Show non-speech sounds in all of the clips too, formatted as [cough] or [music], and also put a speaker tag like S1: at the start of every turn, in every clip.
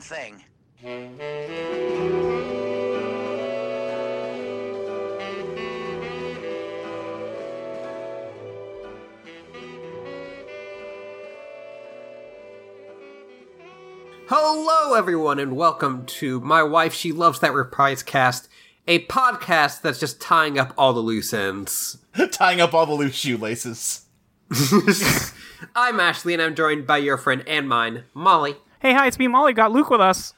S1: thing.
S2: Hello, everyone, and welcome to My Wife, She Loves That Reprise Cast, a podcast that's just tying up all the loose ends.
S3: [laughs] tying up all the loose shoelaces.
S2: I'm Ashley, and I'm joined by your friend and mine, Molly.
S4: Hey, hi, it's me, Molly. Got Luke with us.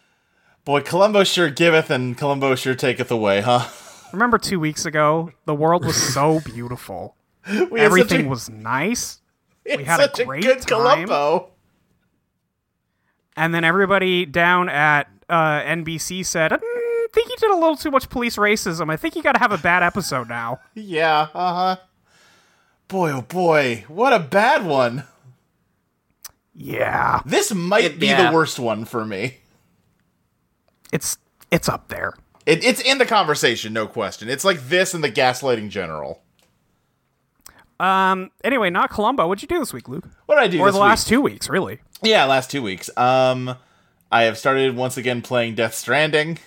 S3: Boy, Columbo sure giveth and Columbo sure taketh away, huh?
S4: Remember two weeks ago, the world was so beautiful.
S3: [laughs] We had such
S4: Everything
S3: a,
S4: was nice,
S3: we
S4: had a great
S3: good
S4: time.
S3: Columbo.
S4: and then everybody down at uh, NBC said, "Mm, "I think you did a little too much police racism. I think you got to have a bad episode now."
S3: Yeah, uh huh. Boy, oh boy, what a bad one.
S4: Yeah,
S3: This might
S2: It-
S3: be
S2: yeah.
S3: the worst one for me.
S4: it's it's up there.
S3: It, it's in the conversation, no question. It's like this and the gaslighting general.
S4: Um. Anyway, not Columbo. What'd you do this week, Luke?
S3: What did I do?
S4: Or
S3: this
S4: the
S3: week?
S4: last two weeks, really?
S3: Yeah, last two weeks. Um, I have started once again playing Death Stranding.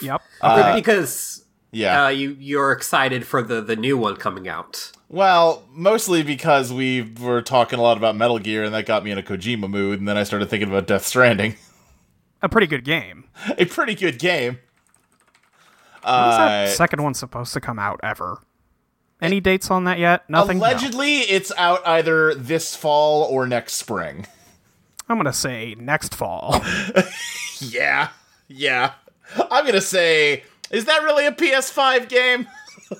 S4: Yep.
S3: Uh,
S2: because
S3: Yeah.
S2: uh, you, you're excited for the, the new one coming out.
S3: Well, mostly because we were talking a lot about Metal Gear, and that got me in a Kojima mood, and then I started thinking about Death Stranding. [laughs]
S4: a pretty good game.
S3: a pretty good game.
S4: When's
S3: Uh,
S4: that second one supposed to come out ever? Any dates on that yet? Nothing. No.
S3: Allegedly, it's out either this fall or next spring. [laughs]
S4: I'm gonna say next fall.
S3: Yeah, yeah. I'm gonna say, is that really a PS5 game? [laughs]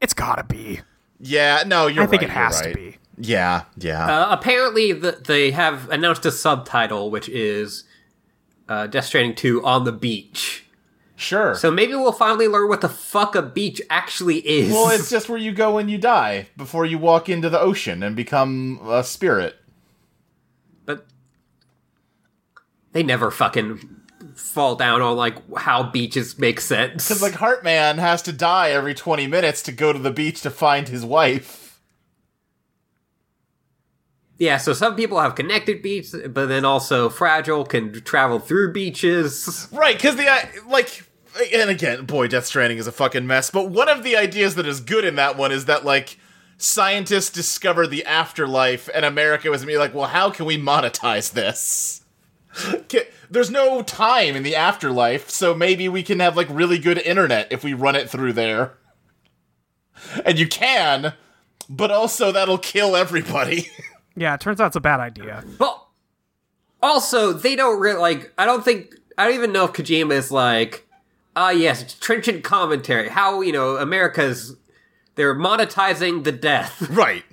S4: it's gotta be.
S3: Yeah, no, you're.
S4: I think
S3: right,
S4: it has
S3: you're
S4: to
S3: right.
S4: be.
S3: Yeah, yeah.
S2: Uh, apparently, the, they have announced a subtitle, which is uh, Death Stranding 2 on the beach.
S3: sure.
S2: So maybe we'll finally learn what the fuck a beach actually is.
S3: well, it's just where you go when you die, before you walk into the ocean and become a spirit.
S2: but they never fucking fall down on like how beaches make sense.
S3: Because [laughs] like Heartman has to die every twenty minutes to go to the beach to find his wife.
S2: yeah, so some people have connected beaches, but then also fragile can travel through beaches.
S3: Right? Because the I- like, and again, boy, Death Stranding is a fucking mess. But one of the ideas that is good in that one is that like scientists discovered the afterlife, and America was gonna be like, well, how can we monetize this? [laughs] Ca- There's no time in the afterlife, so maybe we can have like really good internet if we run it through there. And you can, but also that'll kill everybody. [laughs]
S4: Yeah, it turns out it's a bad idea.
S2: But also, they don't really like. I don't think. I don't even know if Kojima is like, ah, yes, it's trenchant commentary. How you know America's they're monetizing the
S3: [laughs]
S2: death. [laughs]
S3: Right.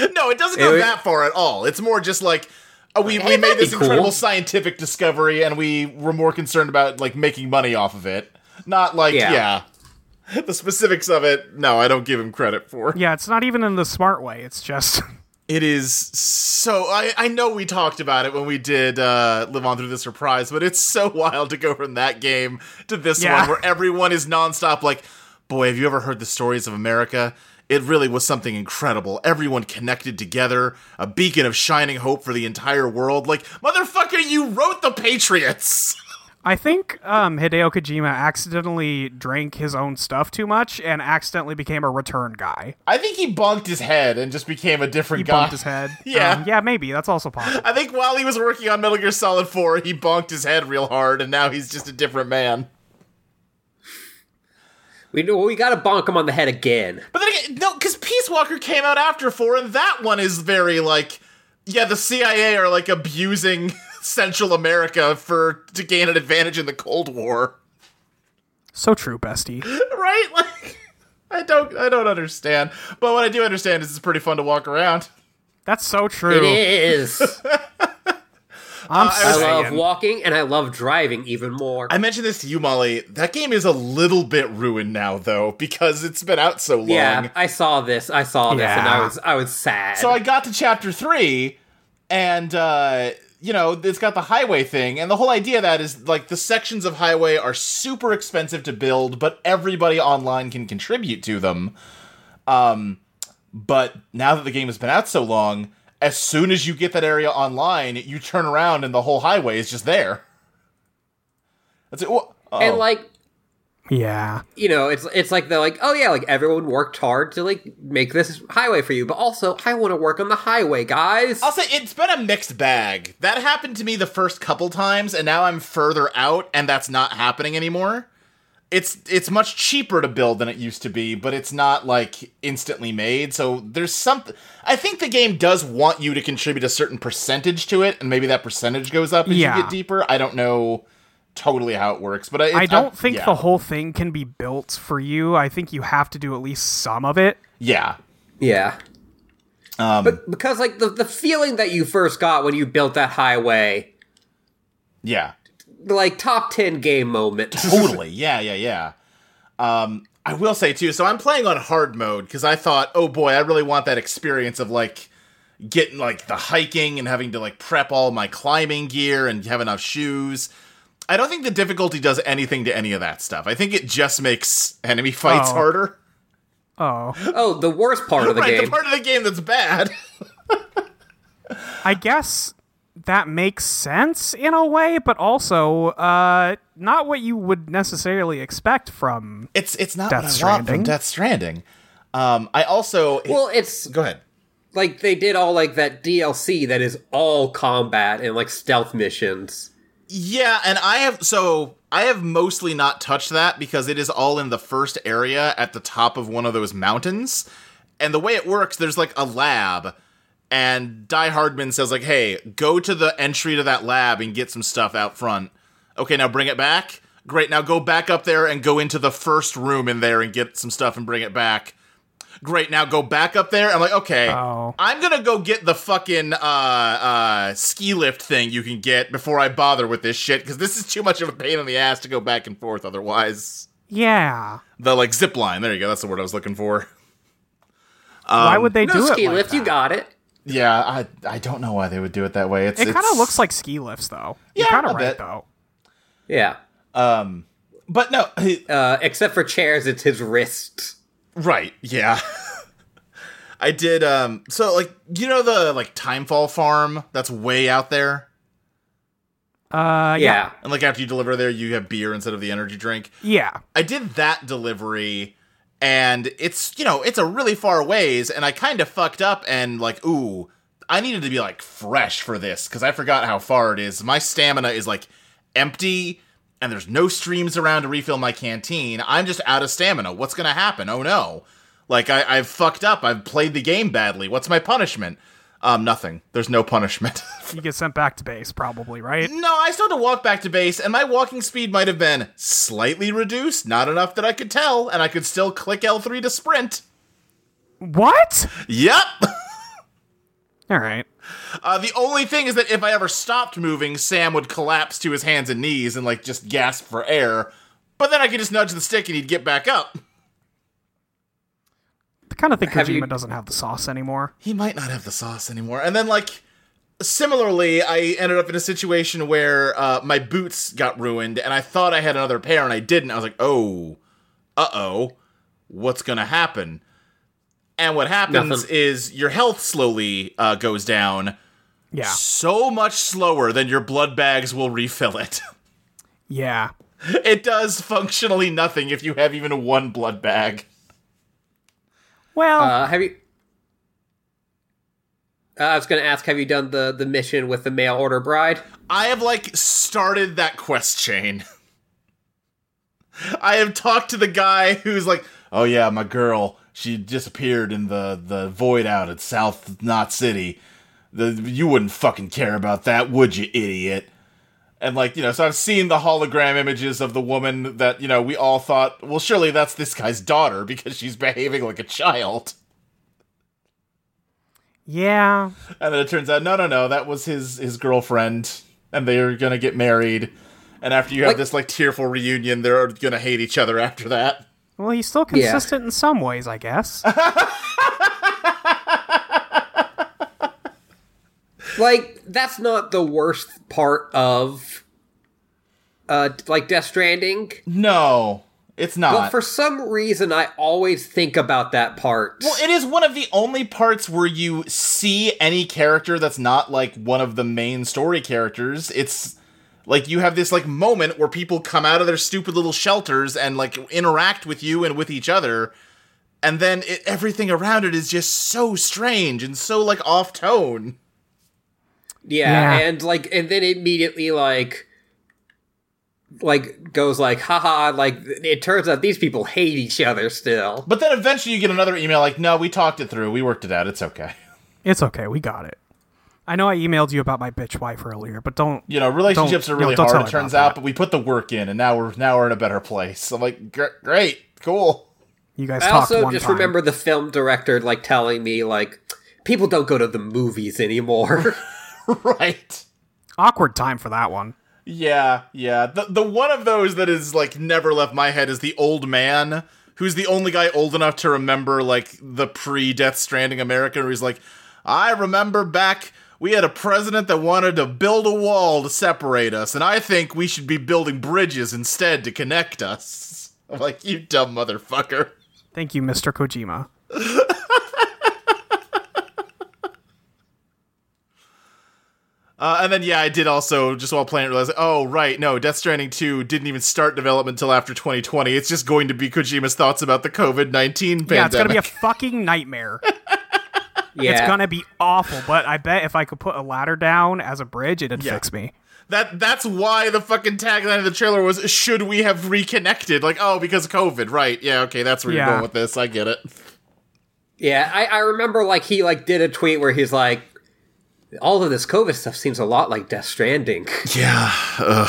S3: No, it doesn't go
S2: It would-
S3: that far at all. It's more just like oh, we, we
S2: that'd
S3: made this
S2: be cool.
S3: incredible scientific discovery and we were more concerned about like making money off of it. Not like
S2: Yeah.
S3: yeah. [laughs] The specifics of it, no, I don't give him credit for.
S4: Yeah, it's not even in the smart way. It's just [laughs]
S3: It is so I, I know we talked about it when we did uh Live On Through the Surprise, but it's so wild to go from that game to this
S4: Yeah.
S3: one where everyone is nonstop like, boy, have you ever heard the stories of America? It really was something incredible. Everyone connected together, a beacon of shining hope for the entire world. Like, motherfucker, you wrote the Patriots. [laughs]
S4: I think um, Hideo Kojima accidentally drank his own stuff too much and accidentally became a return guy.
S3: I think he bonked his head and just became a different
S4: He
S3: guy.
S4: bumped his head.
S3: [laughs] Yeah.
S4: Um, yeah, maybe. That's also possible.
S3: I think while he was working on Metal Gear Solid 4, he bonked his head real hard and now he's just a different man.
S2: We know we got to bonk them on the head again.
S3: But then again, no, because Peace Walker came out after four, and that one is very like, yeah, the CIA are like abusing [laughs] Central America for to gain an advantage in the Cold War, [laughs]
S4: So true, bestie.
S3: right? Like, I don't, I don't understand. But what I do understand is it's pretty fun to walk around.
S4: That's so
S2: It
S4: true.
S2: is.
S4: I'm
S2: I
S4: saying.
S2: love walking and I love driving even more.
S3: I mentioned this to you, Molly. That game is a little bit ruined now, though, because it's been out so long.
S2: yeah, I saw this. I saw this, and I
S4: Yeah.
S2: was I was sad.
S3: So I got to chapter three, and uh, you know it's got the highway thing, and the whole idea of that is like the sections of highway are super expensive to build, but everybody online can contribute to them. Um, but now that the game has been out so long, As soon as you get that area online, you turn around and the whole highway is just there. That's it. Wha- oh.
S2: And like
S4: Yeah.
S2: you know, it's it's like they're like, oh yeah, like everyone worked hard to like make this highway for you, but also I want to work on the highway, guys.
S3: I'll say it's been a mixed bag. That happened to me the first couple times, and now I'm further out, and that's not happening anymore. It's it's much cheaper to build than it used to be, but it's not like instantly made. So there's something. I think the game does want you to contribute a certain percentage to it, and maybe that percentage goes up as
S4: Yeah.
S3: you get deeper. I don't know totally how it works, but I,
S4: I
S3: it's-
S4: don't think
S3: yeah.
S4: the whole thing can be built for you. I think you have to do at least some of it.
S3: yeah.
S2: yeah,
S3: Um,
S2: but because like the the feeling that you first got when you built that highway,
S3: yeah.
S2: like top ten game moment. [laughs]
S3: totally. Yeah, yeah, yeah. Um, I will say too. So I'm playing on hard mode because I thought, oh boy, I really want that experience of like getting like the hiking and having to like prep all my climbing gear and have enough shoes. I don't think the difficulty does anything to any of that stuff. I think it just makes enemy fights
S4: Oh.
S3: harder.
S4: Oh.
S2: oh, the worst part of
S4: [laughs]
S2: the
S3: right,
S2: game.
S3: the part of the game that's bad.
S4: I guess that makes sense in a way, but also uh, not what you would necessarily expect from.
S3: it's it's not what
S4: Death
S3: I want
S4: Stranding.
S3: from Death Stranding. Um, I also
S2: well, it's
S3: go ahead.
S2: like they did all like that DLC that is all combat and like stealth missions.
S3: Yeah, and I have so I have mostly not touched that because it is all in the first area at the top of one of those mountains. And the way it works, there's like a lab, and Die Hardman says like, "Hey, go to the entry to that lab and get some stuff out front." Okay, now bring it back. Great, now go back up there and go into the first room in there and get some stuff and bring it back. Great, now go back up there. I'm like, okay,
S4: Oh.
S3: I'm gonna go get the fucking uh, uh, ski lift thing you can get before I bother with this shit because this is too much of a pain in the ass to go back and forth otherwise.
S4: Yeah.
S3: The like zip line. There you go. That's the word I was looking for. Um,
S4: Why would they
S2: No
S4: do
S2: ski
S4: it? Like
S2: lift,
S4: that?
S2: you got it.
S3: Yeah, I I don't know why they would do it that way. It's,
S4: It kind
S3: it's-
S4: of looks like ski lifts, though.
S3: Yeah,
S4: You're kind
S3: a
S4: of right,
S3: bit.
S4: though.
S2: Yeah,
S3: Um, but no, [laughs]
S2: uh, except for chairs, it's his wrist.
S3: Right. Yeah. [laughs] I did um so like you know the like Timefall farm that's way out there
S4: Uh, yeah.
S2: Yeah,
S3: and like after you deliver there you have beer instead of the energy drink.
S4: Yeah.
S3: I did that delivery and it's you know it's a really far ways and I kind of fucked up and like ooh I needed to be like fresh for this cuz I forgot how far it is. My stamina is like empty and there's no streams around to refill my canteen. I'm just out of stamina. What's going to happen? Oh no. Like I I've fucked up. I've played the game badly. What's my punishment? Um nothing. There's no punishment. [laughs]
S4: You get sent back to base, probably, right?
S3: No, I still had to walk back to base, and my walking speed might have been slightly reduced, not enough that I could tell, and I could still click L3 to sprint.
S4: What?
S3: Yep!
S4: All right.
S3: Uh, the only thing is that if I ever stopped moving, Sam would collapse to his hands and knees and, like, just gasp for air. But then I could just nudge the stick and he'd get back up.
S4: The kind of thing
S2: Have
S4: Kojima
S2: you-
S4: doesn't have the sauce anymore.
S3: he might not have the sauce anymore. And then like similarly, I ended up in a situation where uh, my boots got ruined, and I thought I had another pair, and I didn't. I was like, oh, uh oh, what's gonna happen? And what happens
S2: Nothing.
S3: is your health slowly uh, goes down
S4: Yeah.
S3: so much slower than your blood bags will refill it. [laughs]
S4: Yeah.
S3: it does functionally nothing if you have even one blood bag.
S4: Well,
S2: Uh, have you? Uh, I was going to ask, have you done the the mission with the mail order bride?
S3: I have like started that quest chain. [laughs] I have talked to the guy who's like, "Oh yeah, my girl, she disappeared in the the void out at South Knot City. The you wouldn't fucking care about that, would you, idiot?" And like, you know, so I've seen the hologram images of the woman that, you know, we all thought, "Well, surely that's this guy's daughter because she's behaving like a child."
S4: yeah.
S3: And then it turns out, no, no, no, that was his his girlfriend, and they are gonna get married. And after you have
S2: Like-
S3: this like tearful reunion, they're gonna hate each other after that.
S4: Well, he's still
S2: Yeah.
S4: consistent in some ways, I guess.
S2: Like that's not the worst part of, uh, like Death Stranding.
S3: No, It's not.
S2: But for some reason, I always think about that part.
S3: Well, it is one of the only parts where you see any character that's not like one of the main story characters. It's like you have this like moment where people come out of their stupid little shelters and like interact with you and with each other. And then it, everything around it is just so strange and so like off tone.
S2: yeah,
S4: Yeah.
S2: and like, and then immediately like, like goes like, haha! Like it turns out these people hate each other still.
S3: But then eventually you get another email like, no, we talked it through. We worked it out. It's okay.
S4: It's okay. We got it. I know I emailed you about my bitch wife earlier, but don't.
S3: You know, relationships
S4: Don't-
S3: are really
S4: no, don't tell
S3: hard,
S4: her
S3: it turns
S4: about
S3: out, but we put the work in and now we're now we're in a better place. I'm like, "Gr- great, cool. [laughs]
S4: You guys
S2: I
S4: talked
S2: also
S4: one
S2: just
S4: time.
S2: remember the film director like telling me like, people don't go to the movies anymore. [laughs]
S3: right.
S4: awkward time for that one.
S3: Yeah, yeah. The the one of those that is like never left my head is the old man who's the only guy old enough to remember like the pre Death Stranding America where he's like, I remember back we had a president that wanted to build a wall to separate us, and I think we should be building bridges instead to connect us. [laughs] I'm like, you dumb motherfucker.
S4: Thank you, Mr. Kojima.
S3: Uh, and then yeah, I did also just while playing it realize, oh right, no, Death Stranding two didn't even start development until after 2020. It's just going to be Kojima's thoughts about the COVID 19 pandemic.
S4: Yeah, it's gonna be a fucking nightmare.
S2: yeah,
S4: [laughs] It's gonna be awful. But I bet if I could put a ladder down as a bridge, it'd
S3: Yeah.
S4: fix me.
S3: That that's why the fucking tagline of the trailer was "Should we have reconnected?" Like, oh, because of COVID, right? Yeah, okay, that's where
S4: Yeah.
S3: you're going with this. I get it.
S2: Yeah, I, I remember like he like did a tweet where he's like, all of this COVID stuff seems a lot like Death Stranding.
S4: [laughs]
S3: Yeah.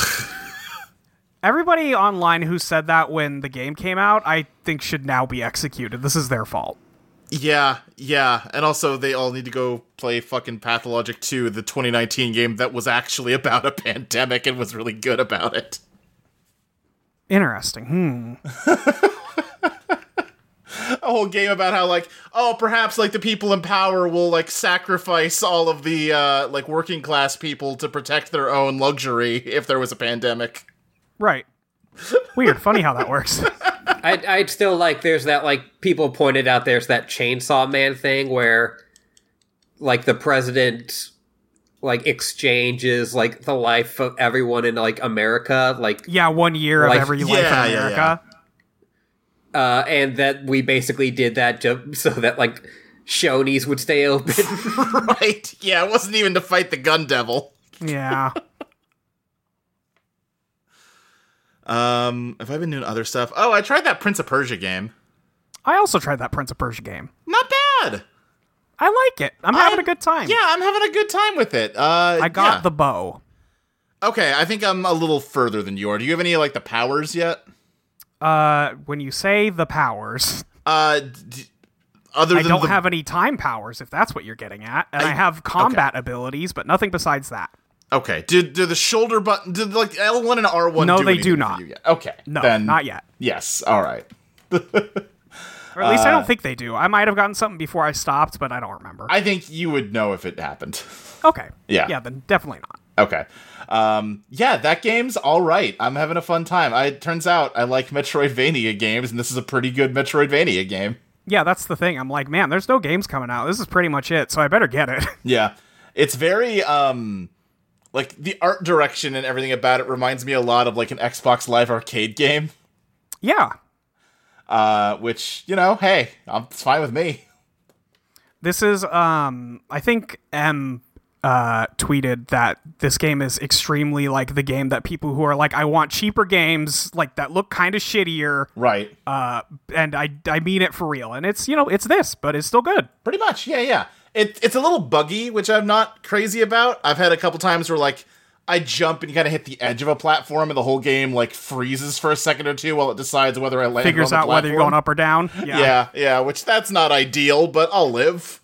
S4: Everybody online who said that when the game came out, I think should now be executed. This is their fault.
S3: Yeah, yeah, and also they all need to go play fucking Pathologic 2, the 2019 game that was actually [laughs] about a pandemic and was really good about it.
S4: Interesting. Hmm.
S3: A whole game about how like, oh, perhaps like the people in power will like sacrifice all of the uh like working class people to protect their own luxury if there was a pandemic. [laughs]
S4: Right. Weird. Funny how that works. [laughs]
S2: I'd, I'd still like there's that like people pointed out there's that Chainsaw Man thing where like the president like exchanges like the life of everyone in like America like
S4: yeah, one year of
S2: Like-
S4: every life in
S3: Yeah, yeah,
S4: America.
S2: uh and that we basically did that ju- [laughs] so that like Shoney's would stay open. [laughs]
S3: right. Yeah, it wasn't even to fight the gun devil.
S4: Yeah.
S3: Um, have I been doing other stuff? Oh, I tried that Prince of Persia game.
S4: I also tried that Prince of Persia game.
S3: Not bad.
S4: I like it. I'm having a good time.
S3: Yeah, I'm having a good time with it. Uh,
S4: I got
S3: yeah.
S4: the bow.
S3: Okay, I think I'm a little further than you are. Do you have any like the powers yet?
S4: Uh, when you say the powers,
S3: Uh, d- other
S4: I
S3: than
S4: don't
S3: the,
S4: have any time powers, if that's what you're getting at, and I,
S3: I-
S4: have combat abilities, but nothing besides that.
S3: Okay, did do the shoulder button? Did like L1 and R1?
S4: No,
S3: do
S4: they
S3: anything
S4: do
S3: for
S4: not.
S3: you yet? Okay,
S4: No,
S3: then
S4: not yet.
S3: Yes. All right.
S4: Or at least I don't think they do. I might have gotten something before I stopped, but I don't remember.
S3: uh, I think you would know if it happened. [laughs]
S4: okay.
S3: Yeah.
S4: Yeah, then definitely not.
S3: Okay. Um, yeah, that game's all right. I'm having a fun time. I, it turns out I like Metroidvania games, and this is a pretty good Metroidvania game.
S4: Yeah, that's the thing. I'm like, man, there's no games coming out. This is pretty much it, so I better get it. [laughs]
S3: Yeah. It's very, um, like, the art direction and everything about it reminds me a lot of, like, an Xbox Live arcade game,
S4: yeah.
S3: uh, which, you know, hey, um it's fine with me. [laughs]
S4: This is um I think M uh tweeted that this game is extremely like the game that people who are like I want cheaper games like that look kind of shittier
S3: Right.
S4: uh and I I mean it for real and it's you know it's this but it's still good.
S3: Pretty much, yeah, yeah. It, it's a little buggy, which I'm not crazy about. I've had a couple times where like I jump and you kind of hit the edge of a platform, and the whole game like freezes for a second or two while it decides whether I land.
S4: Figures
S3: on the
S4: out whether you're
S3: platform.
S4: going up or down. Yeah.
S3: Yeah, yeah. Which that's not ideal, but I'll live.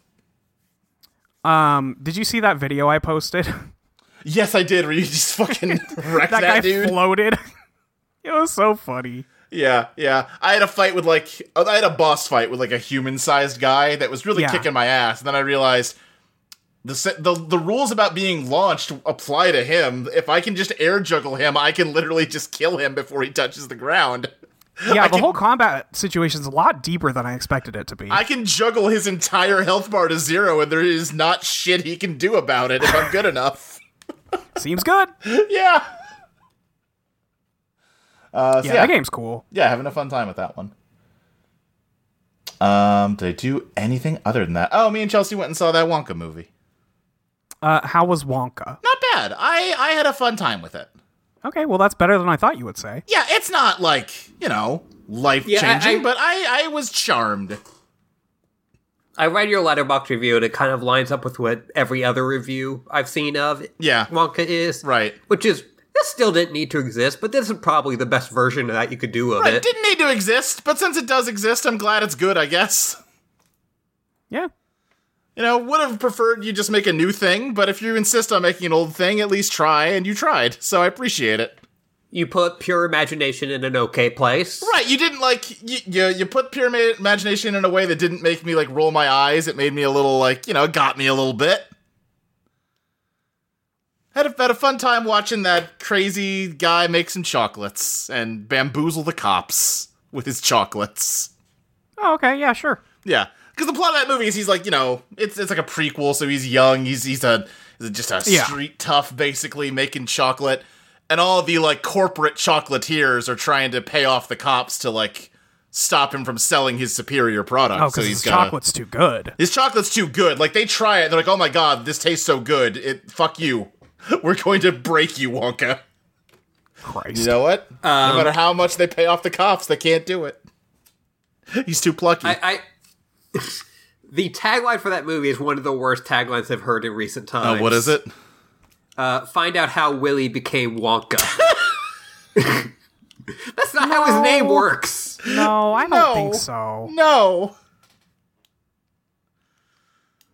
S4: Um did you see that video I posted? [laughs]
S3: Yes, I did. Where you just fucking wrecked
S4: that
S3: that,
S4: guy
S3: dude.
S4: floated. [laughs] it was so funny.
S3: yeah, yeah. I had a fight with like I had a boss fight with like a human-sized guy that was really
S4: Yeah.
S3: kicking my ass, and then I realized. The, se- the, the rules about being launched apply to him. If [laughs] I can just air juggle him, I can literally just kill him before he touches the ground.
S4: Yeah, the
S3: can-
S4: whole combat situation's a lot deeper than I expected it to be.
S3: I can juggle his entire health bar to zero, and there is not shit he can do about it if I'm good
S4: [laughs]
S3: enough.
S4: Seems good.
S3: Yeah. Uh, so
S4: Yeah,
S3: yeah,
S4: the game's cool.
S3: yeah, having a fun time with that one. Um, did I do anything other than that? Oh, me and Chelsea went and saw that Wonka movie.
S4: Uh, how was Wonka?
S3: Not bad. I I had a fun time with it.
S4: Okay, well that's better than I thought you would say.
S3: Yeah, it's not like you know life
S2: Yeah, I-
S3: changing,
S2: I-
S3: but I I was charmed.
S2: I read your letterbox review and it kind of lines up with what every other review I've seen of
S3: Yeah.
S2: Wonka is.
S3: Right.
S2: Which is this still didn't need to exist, but this is probably the best version that you could do of
S3: It
S2: it.
S3: didn't need to exist, but since it does exist, I'm glad it's good. I guess.
S4: Yeah.
S3: You know, would have preferred you just make a new thing, but if you insist on making an old thing, at least try, and you tried, so I appreciate it.
S2: You put pure imagination in an okay place.
S3: Right, you didn't like you you, you put pure ma- imagination in a way that didn't make me like roll my eyes. It made me a little like you know, it got me a little bit. Had a, had a fun time watching that crazy guy make some chocolates and bamboozle the cops with his chocolates.
S4: Oh, okay, yeah, sure.
S3: Yeah, because the plot of that movie is he's like you know it's it's like a prequel, so he's young, he's he's a he's just a
S4: Yeah.
S3: street tough basically making chocolate, and all the like corporate chocolatiers are trying to pay off the cops to like stop him from selling his superior product.
S4: Oh,
S3: so
S4: because
S3: he's
S4: his
S3: gotta-
S4: chocolate's too good.
S3: His chocolate's too good. Like they try it, they're like, oh my god, this tastes so good. It fuck you. [laughs] We're going to break you, Wonka.
S4: [laughs] Christ.
S3: You know what? no matter how much they pay off the cops, they can't do it. He's too plucky.
S2: I, I [laughs] The tagline for that movie is one of the worst taglines I've heard in recent times.
S3: Uh, what is it?
S2: Uh, find out how Willy became
S3: [laughs]
S2: Wonka. [laughs] That's not how his name works.
S4: No, I don't
S3: No.
S4: think so.
S3: No.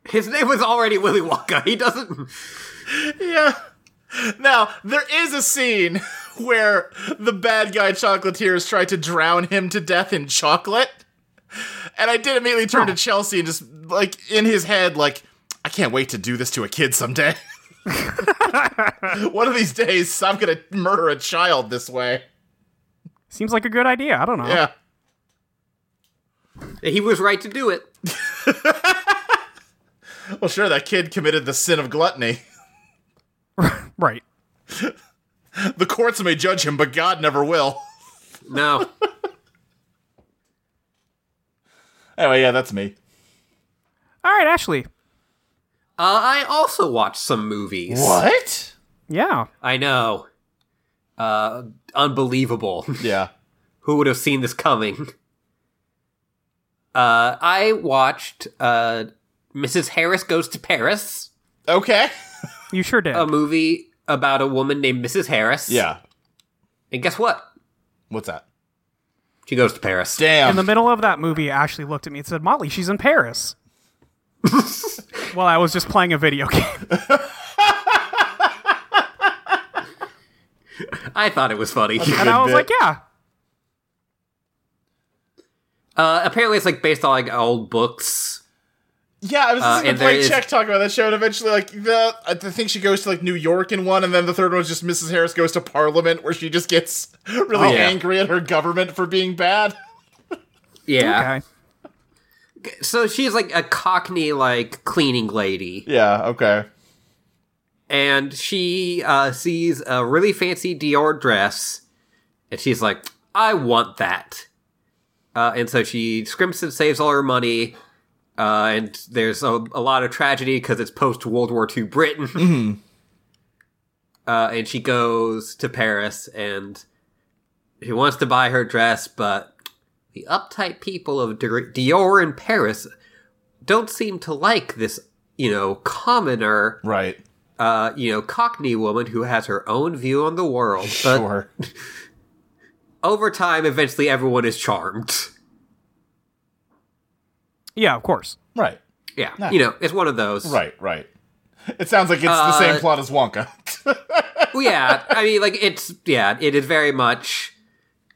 S2: His name was already Willy Wonka. He doesn't.
S3: Yeah. Now, there is a scene [laughs] where the bad guy chocolatiers try to drown him to death in chocolate. And I did immediately turn to Chelsea and just, like, in his head, like, I can't wait to do this to a kid someday. [laughs] One of these days, I'm going to murder a child this way.
S4: Seems like a good idea. I don't know.
S3: Yeah.
S2: He was right to do it.
S3: Well, sure, that kid committed the sin of gluttony. [laughs]
S4: Right.
S3: The courts may judge him, but God never will. [laughs]
S2: No. Uh,
S3: Anyway, yeah, that's me.
S4: All right, Ashley.
S2: Uh, I also watched some movies.
S3: What?
S4: Yeah.
S2: I know. Uh, unbelievable. [laughs]
S3: Yeah.
S2: Who would have seen this coming? Uh, I watched uh, Mrs. Harris Goes to Paris,
S3: Okay.
S4: You sure did.
S2: a movie about a woman named Mrs. Harris.
S3: [laughs] Yeah.
S2: And guess what?
S3: What's that?
S2: She goes to Paris.
S3: Damn.
S4: in the middle of that movie, Ashley looked at me and said, Molly, she's in Paris. well, I was just playing a video game.
S2: I thought it was funny.
S4: And I
S3: Good
S4: was
S3: bit.
S4: like, yeah.
S2: [laughs] uh, apparently, it's like based on like old books.
S3: Yeah, I was
S2: Uh,
S3: listening
S2: and
S3: to
S2: there
S3: Blake
S2: is-
S3: Check talk about that show, and eventually, like the I th- think she goes to like New York in one, and then the third one's just Mrs. Harris goes to Parliament, where she just gets [laughs] really
S2: Oh, yeah.
S3: angry at her government for being bad. [laughs]
S2: Yeah.
S4: Okay.
S2: So she's like a Cockney like cleaning lady.
S3: Yeah. Okay.
S2: and she uh, sees a really fancy Dior dress, and she's like, "I want that." Uh, and so she scrimps and saves all her money, uh, and there's a, a lot of tragedy because it's post World War II Britain. [laughs] Uh, and she goes to Paris, and she wants to buy her dress, but the uptight people of Dior- Dior in Paris don't seem to like this, you know, commoner
S3: Right.
S2: uh, you know, Cockney woman who has her own view on the world. But
S3: Sure. [laughs]
S2: over time, eventually everyone is charmed.
S4: Yeah, of course.
S3: right.
S2: Yeah. You know, it's one of those.
S3: Right. Right. It sounds like it's the same
S2: Uh,
S3: plot as Wonka.
S2: Well, yeah. I mean, like, it's, yeah, it is very much,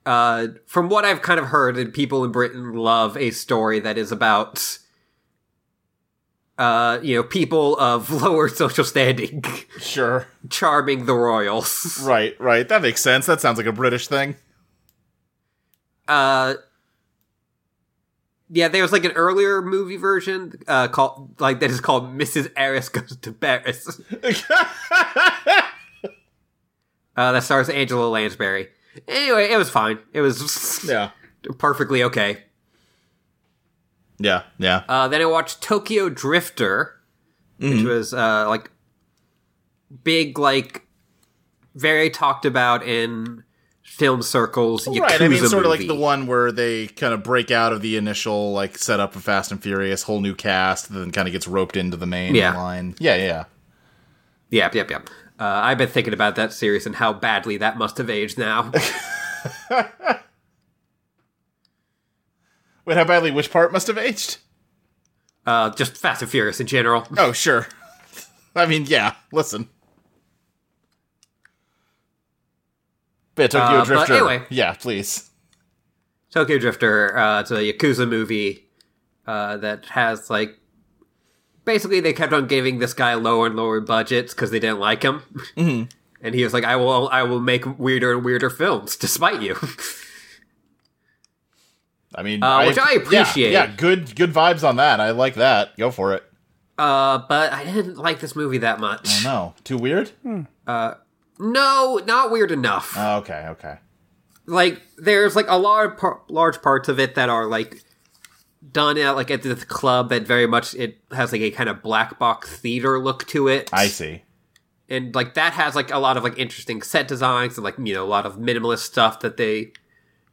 S2: uh, from what I've kind of heard, and people in Britain love a story that is about, uh, you know, people of [laughs] lower social standing
S3: [laughs]
S2: [laughs]
S3: sure.
S2: charming the royals.
S3: Right. Right. That makes sense. That sounds like a British thing.
S2: Uh, yeah, there was like an earlier movie version uh, called like that is called Mrs. Eris Goes to
S3: [laughs]
S2: Paris. uh, that stars Angela Lansbury. Anyway, it was fine. It was
S3: yeah.
S2: perfectly okay.
S3: Yeah. Yeah.
S2: Uh, then I watched Tokyo Drifter, which
S3: Mm-hmm.
S2: was uh, like big, like very talked about in film circles.
S3: right. I mean,
S2: Yakuza
S3: sort of like
S2: movie.
S3: the one where they kind of break out of the initial like setup of Fast and Furious, whole new cast, then kind of gets roped into the main
S2: Yeah.
S3: line. Yeah. Yeah.
S2: Yep, yep, yep. Uh, I've been thinking about that series and how badly that must have aged now.
S3: Wait, how badly? Which part must have aged?
S2: uh, just Fast and Furious in general.
S3: Oh, sure. [laughs] I mean, yeah. Listen. Bit Tokyo
S2: Uh, but
S3: Drifter.
S2: anyway.
S3: Yeah, please.
S2: Tokyo Drifter, uh, it's a Yakuza movie uh, that has like. Basically, they kept on giving this guy lower and lower budgets because they didn't like him, and he was like, "I will, I will make weirder and weirder films despite you."
S3: I mean,
S2: Uh, which I
S3: yeah,
S2: appreciate.
S3: Yeah, good, good vibes on that. I like that. Go for it.
S2: uh, but I didn't like this movie that much.
S3: No, too weird.
S2: No, not weird enough.
S3: Oh, okay, okay.
S2: like there's like a lot of par- large parts of it that are like done at like at this club that very much it has like a kind of black box theater look to it
S3: I see.
S2: and like that has like a lot of like interesting set designs and like you know a lot of minimalist stuff that they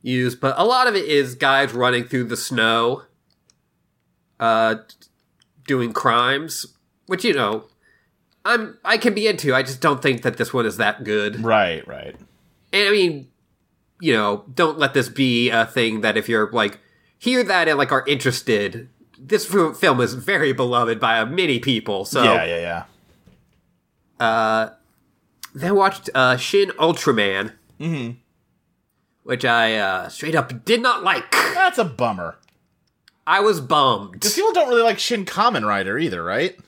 S2: use but a lot of it is guys running through the snow uh doing crimes which you know i'm i can be into i just don't think that this one is that good
S3: Right, right.
S2: and I mean, you know, don't let this be a thing that if you're like hear that and like are interested. This f- film is very beloved by uh, many people. So
S3: Yeah, yeah, yeah.
S2: then watched uh, Shin Ultraman, mm-hmm. which I uh, straight up did not like.
S3: That's a bummer.
S2: I was bummed.
S3: Because people don't really like Shin Kamen Rider either, right?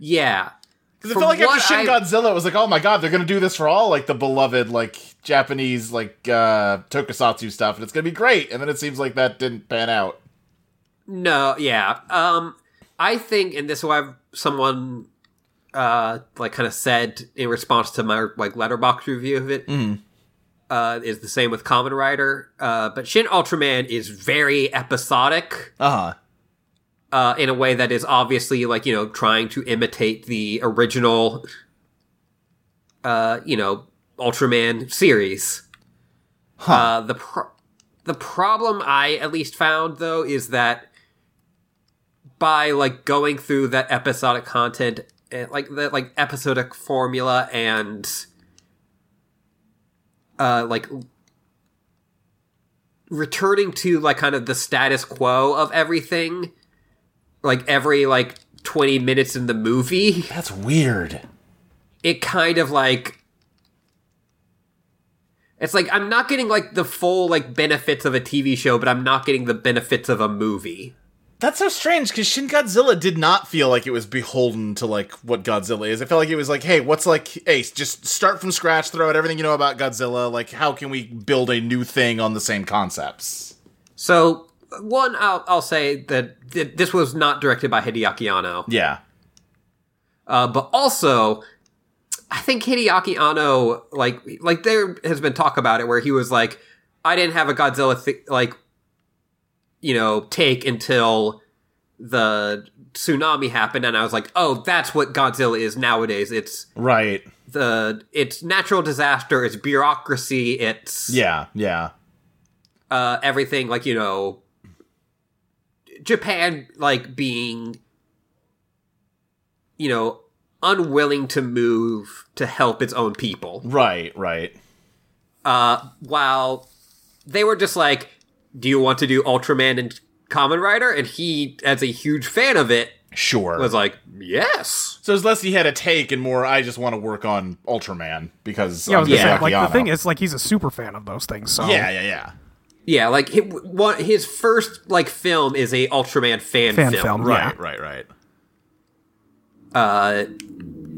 S2: Yeah,
S3: Because it
S2: From
S3: felt like
S2: what
S3: after Shin
S2: I-
S3: Godzilla, it was like, oh my god, they're gonna do this for all like the beloved like Japanese like uh tokusatsu stuff, and it's gonna be great. And then it seems like that didn't pan out.
S2: No, yeah. Um I think and this is why someone uh like kind of said in response to my like letterbox review of it uh is the same with Common Rider. Uh but Shin Ultraman is very episodic
S3: Uh huh.
S2: uh in a way that is obviously like, you know, trying to imitate the original uh, you know, Ultraman series. Uh, the pro- the problem I at least found though is that by like going through that episodic content, eh, like the like episodic formula and uh, like returning to like kind of the status quo of everything, like every like twenty minutes in the movie
S3: That's weird.
S2: it kind of like it's like I'm not getting like the full like benefits of a TV show, but I'm not getting the benefits of a movie.
S3: That's so strange because Shin Godzilla did not feel like it was beholden to like what Godzilla is. It felt like it was like, hey, what's like, hey, just start from scratch, throw out everything you know about Godzilla. Like, how can we build a new thing on the same concepts?
S2: So one, I'll, I'll say that th- this was not directed by Hideaki Anno,
S3: Yeah,
S2: uh, but also I think Hideaki Anno like like there has been talk about it where he was like, I didn't have a Godzilla th- like you know take until the tsunami happened, and I was like, oh, that's what Godzilla is nowadays. It's
S3: right.
S2: the it's natural disaster, it's bureaucracy, it's
S3: Yeah, yeah,
S2: uh, everything like you know Japan like being you know unwilling to move to help its own people,
S3: right, right.
S2: uh, while they were just like, "Do you want to do Ultraman and Common Rider?" And he, as a huge fan of it,
S3: Sure.
S2: was like, "Yes."
S3: so it's less he had a take and more. I just want to work on Ultraman because
S4: Yeah, I
S3: I'm
S4: was gonna
S2: Yeah.
S4: say, like
S3: Hideaki
S4: the thing
S3: Anno.
S4: is, like he's a super fan of those things. So
S3: yeah, yeah, yeah.
S2: Yeah, like hi- what his first like film is a Ultraman fan,
S4: fan film,
S3: Right,
S4: yeah.
S3: right, right.
S2: uh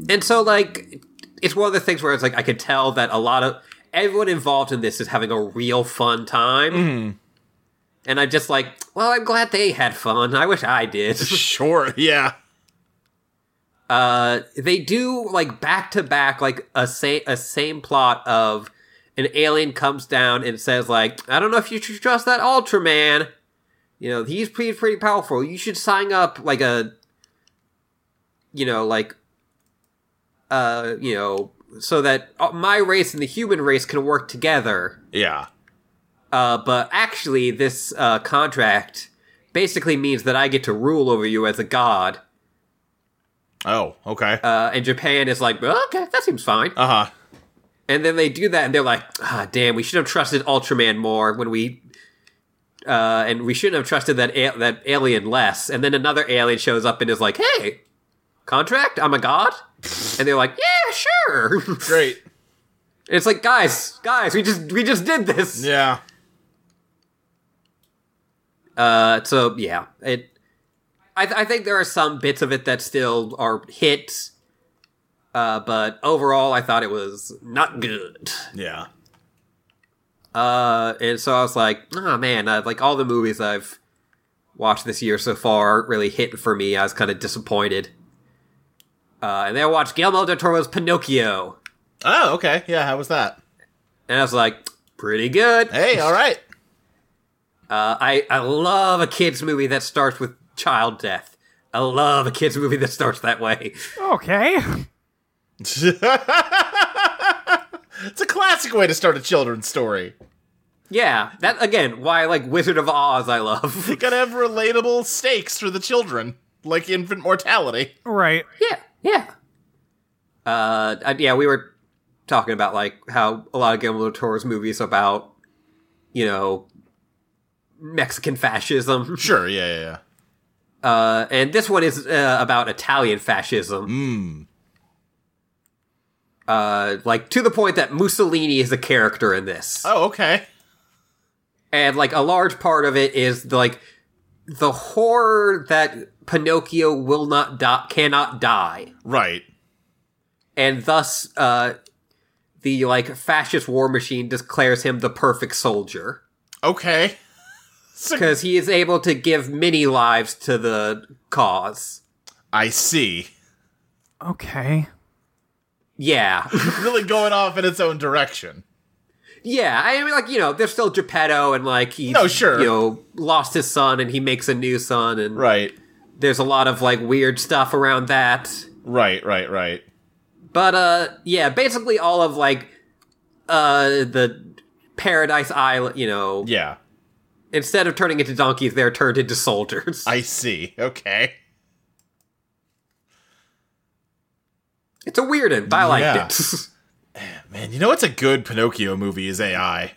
S2: and so like it's one of the things where it's like i could tell that a lot of everyone involved in this is having a real fun time. And I'm just like, well, I'm glad they had fun. I wish I did.
S3: Sure, [laughs] yeah.
S2: Uh, they do like back to back, like a same a same plot of an alien comes down and says like, I don't know if you should trust that Ultraman. You know, he's pretty pretty powerful. You should sign up like a, you know, like, uh, you know, so that uh, my race and the human race can work together.
S3: Yeah.
S2: Uh, but actually, this uh, contract basically means that I get to rule over you as a god.
S3: Oh, okay. Uh-huh. Uh
S2: Uh, and Japan is like, "Well, okay, that seems fine.
S3: huh.
S2: And then they do that, and they're like, ah, damn, we should have trusted Ultraman more when we, uh, and we shouldn't have trusted that a- that alien less. And then another alien shows up and is like, hey, contract, I'm a god. And they're like, yeah, sure. [laughs] And
S3: Great.
S2: it's like, guys, guys, we just we just did this.
S3: Yeah.
S2: Uh, so yeah, it. I, th- I think there are some bits of it that still are hits, uh, but overall, I thought it was not good.
S3: Yeah.
S2: Uh, and so I was like, oh man, uh, like all the movies I've watched this year so far aren't really hitting for me. I was kind of disappointed. Uh, and then I watched Guillermo del Toro's Pinocchio,
S3: Oh, okay. Yeah, how was that?
S2: and I was like, pretty good.
S3: Hey, all right. [laughs]
S2: Uh, I I love a kids movie that starts with child death. I love a kids movie that starts that way. [laughs]
S4: Okay.
S3: It's a classic way to start a children's story.
S2: Yeah, that again. Why like Wizard of Oz? I love. [laughs]
S3: You gotta have relatable stakes for the children, like infant mortality.
S4: Right.
S2: yeah, yeah. Uh, and yeah. We were talking about like how a lot of Guillermo del Toro's movies about, you know, Mexican fascism,
S3: Sure, yeah, yeah, yeah.
S2: uh, and this one is uh, about Italian fascism. Uh, like to the point that Mussolini is a character in this.
S3: Oh, okay.
S2: and like a large part of it is like the horror that Pinocchio will not die, cannot die,
S3: Right.
S2: and thus uh, the like fascist war machine declares him the perfect soldier
S3: Okay.
S2: because he is able to give many lives to the cause.
S3: I see.
S4: Okay. [laughs]
S2: Yeah, [laughs]
S3: Really going off in its own direction.
S2: yeah. I mean, like you know, there's still Geppetto, and like he,
S3: No, sure.
S2: you know, lost his son, and he makes a new son, and
S3: Right.
S2: there's a lot of like weird stuff around that.
S3: Right, right, right.
S2: But uh yeah, basically all of like uh the Paradise Island, you know,
S3: Yeah.
S2: instead of turning into donkeys, they're turned into soldiers.
S3: I see. Okay.
S2: it's a weird one, but I liked
S3: Yeah.
S2: it.
S3: Man, you know what's a good Pinocchio movie is AI.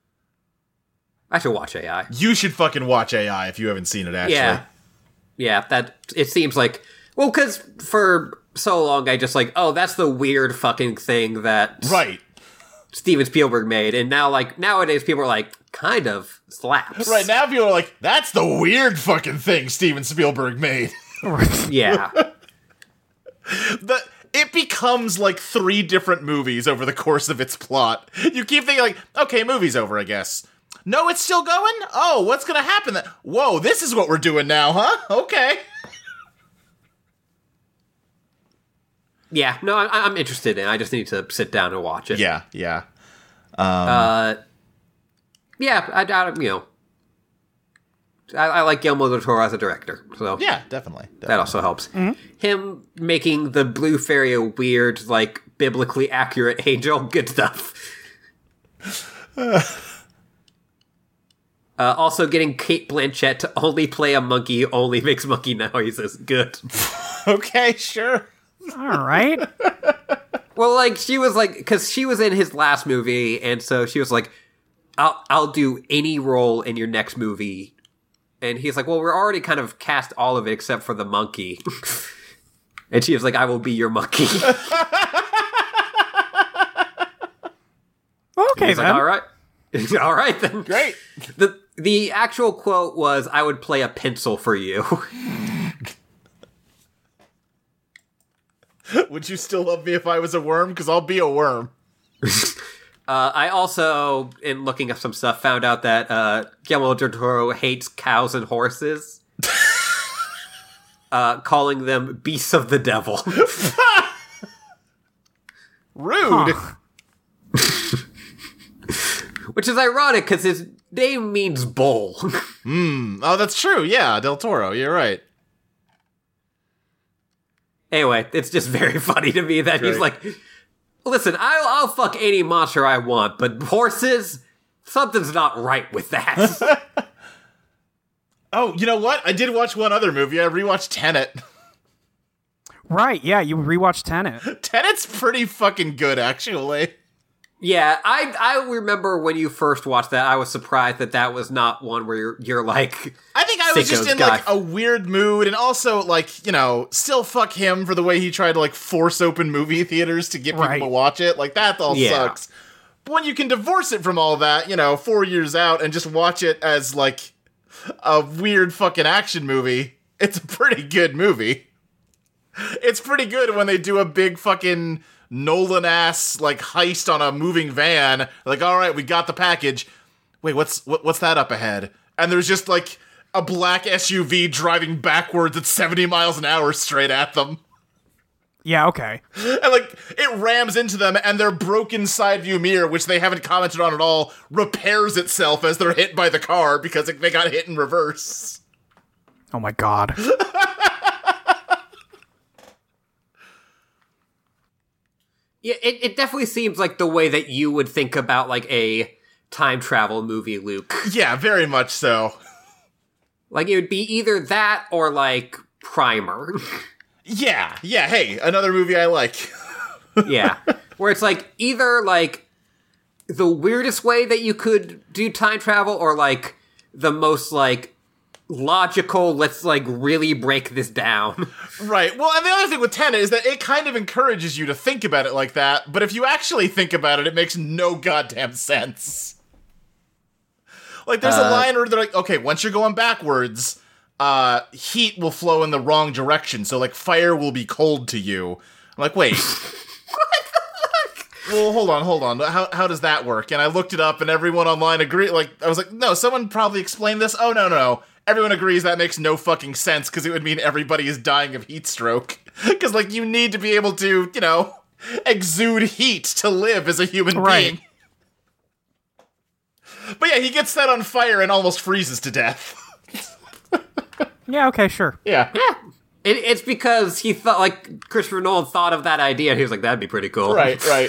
S2: [laughs] I should watch AI.
S3: You should fucking watch AI if you haven't seen it, actually.
S2: Yeah. Yeah, that it seems like well cuz for so long I just like, oh, that's the weird fucking thing that
S3: Right.
S2: Steven Spielberg made and now like nowadays people are like kind of slaps.
S3: Right now, people are like, that's the weird fucking thing Steven Spielberg made. [laughs]
S2: Yeah.
S3: the it becomes like three different movies over the course of its plot. You keep thinking like, okay, movie's over, I guess. No, it's still going? Oh, what's gonna happen then? Whoa, this is what we're doing now, huh? Okay.
S2: yeah. No, I, I'm interested in. it. I just need to sit down and watch it.
S3: Yeah, yeah.
S2: Uh, yeah, I, I you know, I, I like Guillermo del Toro as a director, so
S3: Yeah, definitely.
S2: that also helps. Him making the blue fairy a weird, like biblically accurate [laughs] angel, good stuff. Uh, also, getting Kate Blanchett to only play a monkey only makes monkey [laughs] noises. Good.
S3: Okay, sure.
S4: All right.
S2: [laughs] Well, like she was like because she was in his last movie, and so she was like, "I'll I'll do any role in your next movie," and he's like, "Well, we're already kind of cast all of it except for the monkey," [laughs] and she was like, "I will be your monkey." [laughs] He's
S4: Okay
S2: like,
S4: then.
S2: "All [laughs] right, all right then."
S3: [laughs] Great.
S2: The the actual quote was, "I would play a pencil for you." [laughs]
S3: Would you still love me if I was a worm? Because I'll be a worm.
S2: Uh, I also, in looking up some stuff, found out that uh, Guillermo del Toro hates cows and
S3: [laughs]
S2: horses, uh, calling them beasts of the devil. [laughs]
S3: Rude.
S2: Which is ironic because his name means bull.
S3: [laughs]
S2: [laughs]
S3: Oh, that's true. Yeah, Del Toro. You're right.
S2: anyway, it's just very [laughs] funny to me that he's
S3: Great.
S2: like, listen, I'll, I'll fuck any monster I want, but horses, something's not right with
S3: [laughs]
S2: that.
S3: Oh, you know what? I did watch one other movie. I rewatched Tenet. [laughs]
S4: Right? Yeah, you rewatch Tenet.
S3: Tenet's pretty fucking good, actually.
S2: yeah, I I remember when you first watched that, I was surprised that that was not one where you're, you're like, [laughs]
S3: I think I was just
S2: Sicko's
S3: in like
S2: guy.
S3: a weird mood, and also like you know, still fuck him for the way he tried to like force open movie theaters to get people
S4: Right.
S3: to watch it. Like that all
S2: Yeah.
S3: sucks. But when you can divorce it from all that, you know, four years out, and just watch it as like a weird fucking action movie, it's a pretty good movie. It's pretty good when they do a big fucking Nolan ass like heist on a moving van. Like, all right, we got the package wait, what's what, what's that up ahead? And there's just like a black SUV driving backwards at 70 miles an hour straight at them.
S4: Yeah. Okay.
S3: And like it rams into them and their broken side view mirror, which they haven't commented on at all, repairs itself as they're hit by the car because they got hit in reverse.
S4: Oh my god.
S2: yeah, it, it definitely seems like the way that you would think about like a time travel movie, Luke.
S3: Yeah, very much so.
S2: Like it would be either that or like Primer. [laughs]
S3: Yeah, yeah, hey, another movie I like.
S2: yeah where it's like either like the weirdest way that you could do time travel or like the most like logical let's like really break this down [laughs]
S3: Right. Well, and the other thing with Tenet is that it kind of encourages you to think about it like that, but if you actually think about it, it makes no goddamn sense. Like, there's a line where they're like, okay, once you're going backwards, uh, heat will flow in the wrong direction, so, like, fire will be cold to you. I'm like, wait. [laughs] Well, hold on, hold on. How, how does that work? And I looked it up, and everyone online agreed. Like, I was like, no, someone probably explained this. Oh, no, no, no. Everyone agrees that makes no fucking sense because it would mean everybody is dying of heat stroke. [laughs] Because, like, you need to be able to, you know, exude heat to live as a human
S4: Right.
S3: being. But yeah, he gets set on fire and almost freezes to death.
S4: Yeah. Okay. Sure.
S3: yeah.
S2: it, it's because he thought like christopher nolan thought of that idea and he was like that'd be pretty cool
S3: Right, right.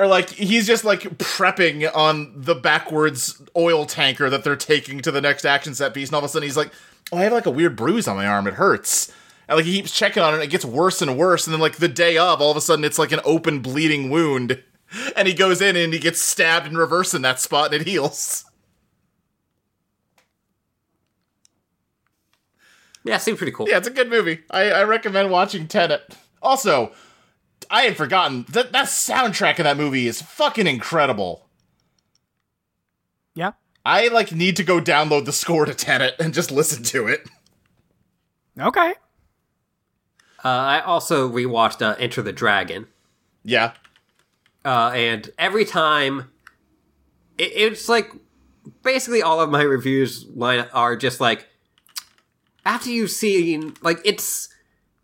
S3: Or like he's just like prepping on the backwards oil tanker that they're taking to the next action set piece, and all of a sudden he's like, "Oh, I have like a weird bruise on my arm. It hurts." And like he keeps checking on it, and it gets worse and worse. And then like the day of, all of a sudden it's like an open bleeding wound, and he goes in and he gets stabbed in reverse in that spot, and it heals.
S2: yeah seems pretty cool
S3: Yeah, it's a good movie. I, I recommend watching Tenet. Also, I had forgotten that that soundtrack in that movie is fucking incredible.
S4: Yeah.
S3: I like need to go download the score to Tenet and just listen to it.
S4: Okay.
S2: uh, i also rewatched uh, enter the dragon
S3: Yeah.
S2: uh, and every time it, it's like basically all of my reviews line are just like after you've seen like it's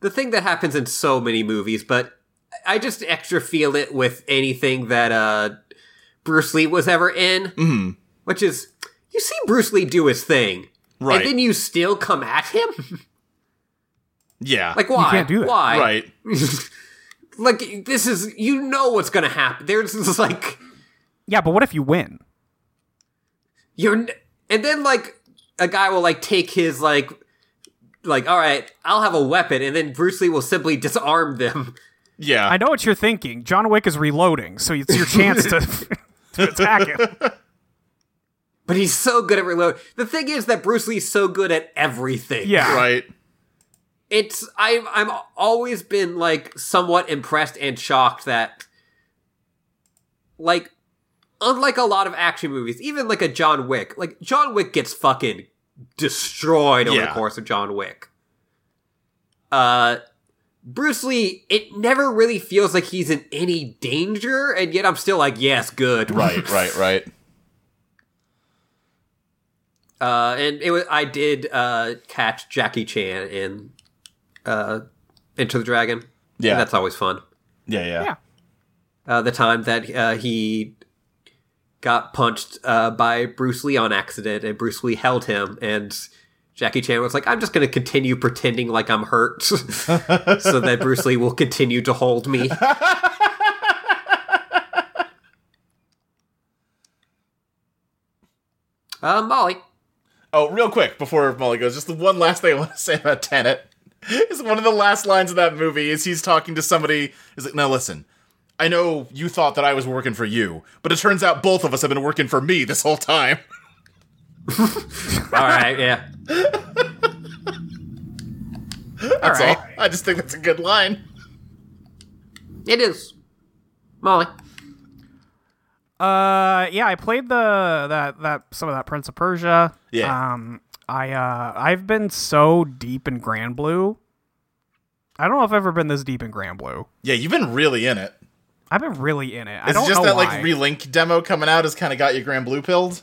S2: the thing that happens in so many movies but i just extra feel it with anything that uh bruce lee was ever in mm-hmm. which is you see bruce lee do his thing
S3: Right.
S2: and then you still come at him [laughs]
S3: Yeah.
S2: like why
S4: can't do that.
S2: why
S3: right.
S2: [laughs] like this is you know what's gonna happen there's this like
S4: Yeah, but what if you win?
S2: you're n- and then like a guy will like take his like like all right i'll have a weapon and then bruce lee will simply disarm them [laughs]
S3: Yeah.
S4: I know what you're thinking. John Wick is reloading, so it's your chance to, [laughs] to attack him.
S2: but he's so good at reload the thing is that bruce lee's so good at everything
S4: Yeah.
S3: Right.
S2: it's i've i'm always been like somewhat impressed and shocked that like unlike a lot of action movies even like a john wick like john wick gets fucking destroyed over
S3: Yeah.
S2: the course of john wick uh Bruce Lee, it never really feels like he's in any danger, and yet I'm still like, yes, good.
S3: Right, right,
S4: [laughs]
S3: right.
S2: [laughs] Uh, and it was I did uh, catch Jackie Chan in uh, Enter the Dragon.
S3: Yeah.
S2: And that's always fun.
S3: Yeah, yeah.
S4: Yeah.
S2: Uh, the time that uh, he got punched uh, by Bruce Lee on accident, and Bruce Lee held him, and Jackie Chan was like, "I'm just going to continue pretending like I'm hurt, [laughs] so that Bruce Lee will continue to hold [laughs] me." Uh, Molly.
S3: Oh, real quick before Molly goes, just the one last thing I want to [laughs] say about Tenet is one of the last lines of that movie is he's talking to somebody. He's like, "Now listen, I know you thought that I was working for you, but it turns out both of us have been working for me this whole time." [laughs]
S2: All right, yeah.
S3: That's all.
S4: right.
S3: I just think that's a good line.
S2: It is. Molly.
S4: Uh, yeah, I played the that that some of that Prince of Persia.
S3: Yeah.
S4: Um, I uh, I've been so deep in Grand Blue. I don't know if I've ever been this deep in Grand Blue.
S3: Yeah, you've been really in it.
S4: I've been really in it. I
S3: Is
S4: don't
S3: it just
S4: know
S3: that
S4: why.
S3: like relink demo coming out has kind of got you grand blue pilled?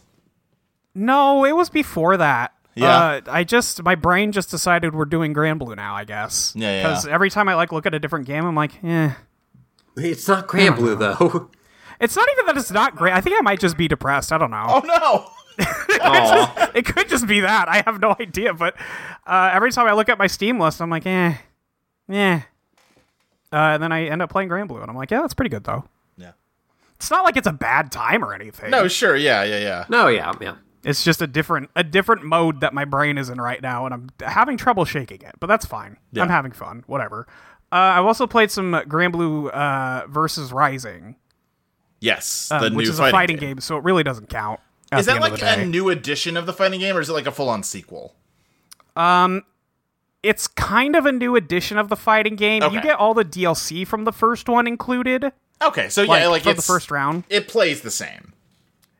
S4: no, it was before that.
S3: Yeah.
S4: Uh, I just my brain just decided we're doing Grand Blue now. I guess.
S3: Yeah, yeah.
S4: Because every time I like look at a different game, I'm like, eh.
S2: It's not Grand Blue, though.
S4: It's not even that it's not great. I think I might just be depressed. I don't know.
S3: [laughs] Oh no.
S2: Aw.
S3: Oh.
S4: it could just be that. I have no idea. But uh, every time I look at my Steam list, I'm like, eh, eh. Uh, and then I end up playing Grand Blue, and I'm like, yeah, that's pretty good though.
S3: Yeah.
S4: It's not like it's a bad time or anything.
S3: No, sure. Yeah, yeah, yeah.
S2: [laughs] No, yeah, yeah.
S4: it's just a different a different mode that my brain is in right now, and I'm having trouble shaking it. But that's fine.
S3: Yeah.
S4: I'm having fun. Whatever. Uh, I've also played some uh, Grand Blue uh, versus Rising,
S3: Yes,
S4: um,
S3: the
S4: which
S3: new
S4: is
S3: fighting,
S4: a fighting
S3: game.
S4: game. so it really doesn't count. at
S3: Is
S4: the
S3: that
S4: end of
S3: like
S4: the day.
S3: a new edition of the fighting game, or is it like a full-on sequel?
S4: it's kind of a new edition of the fighting game.
S3: Okay.
S4: You get all the DLC from the first one included, like,
S3: Okay, so yeah, like
S4: for
S3: it's
S4: the first round.
S3: it plays the same.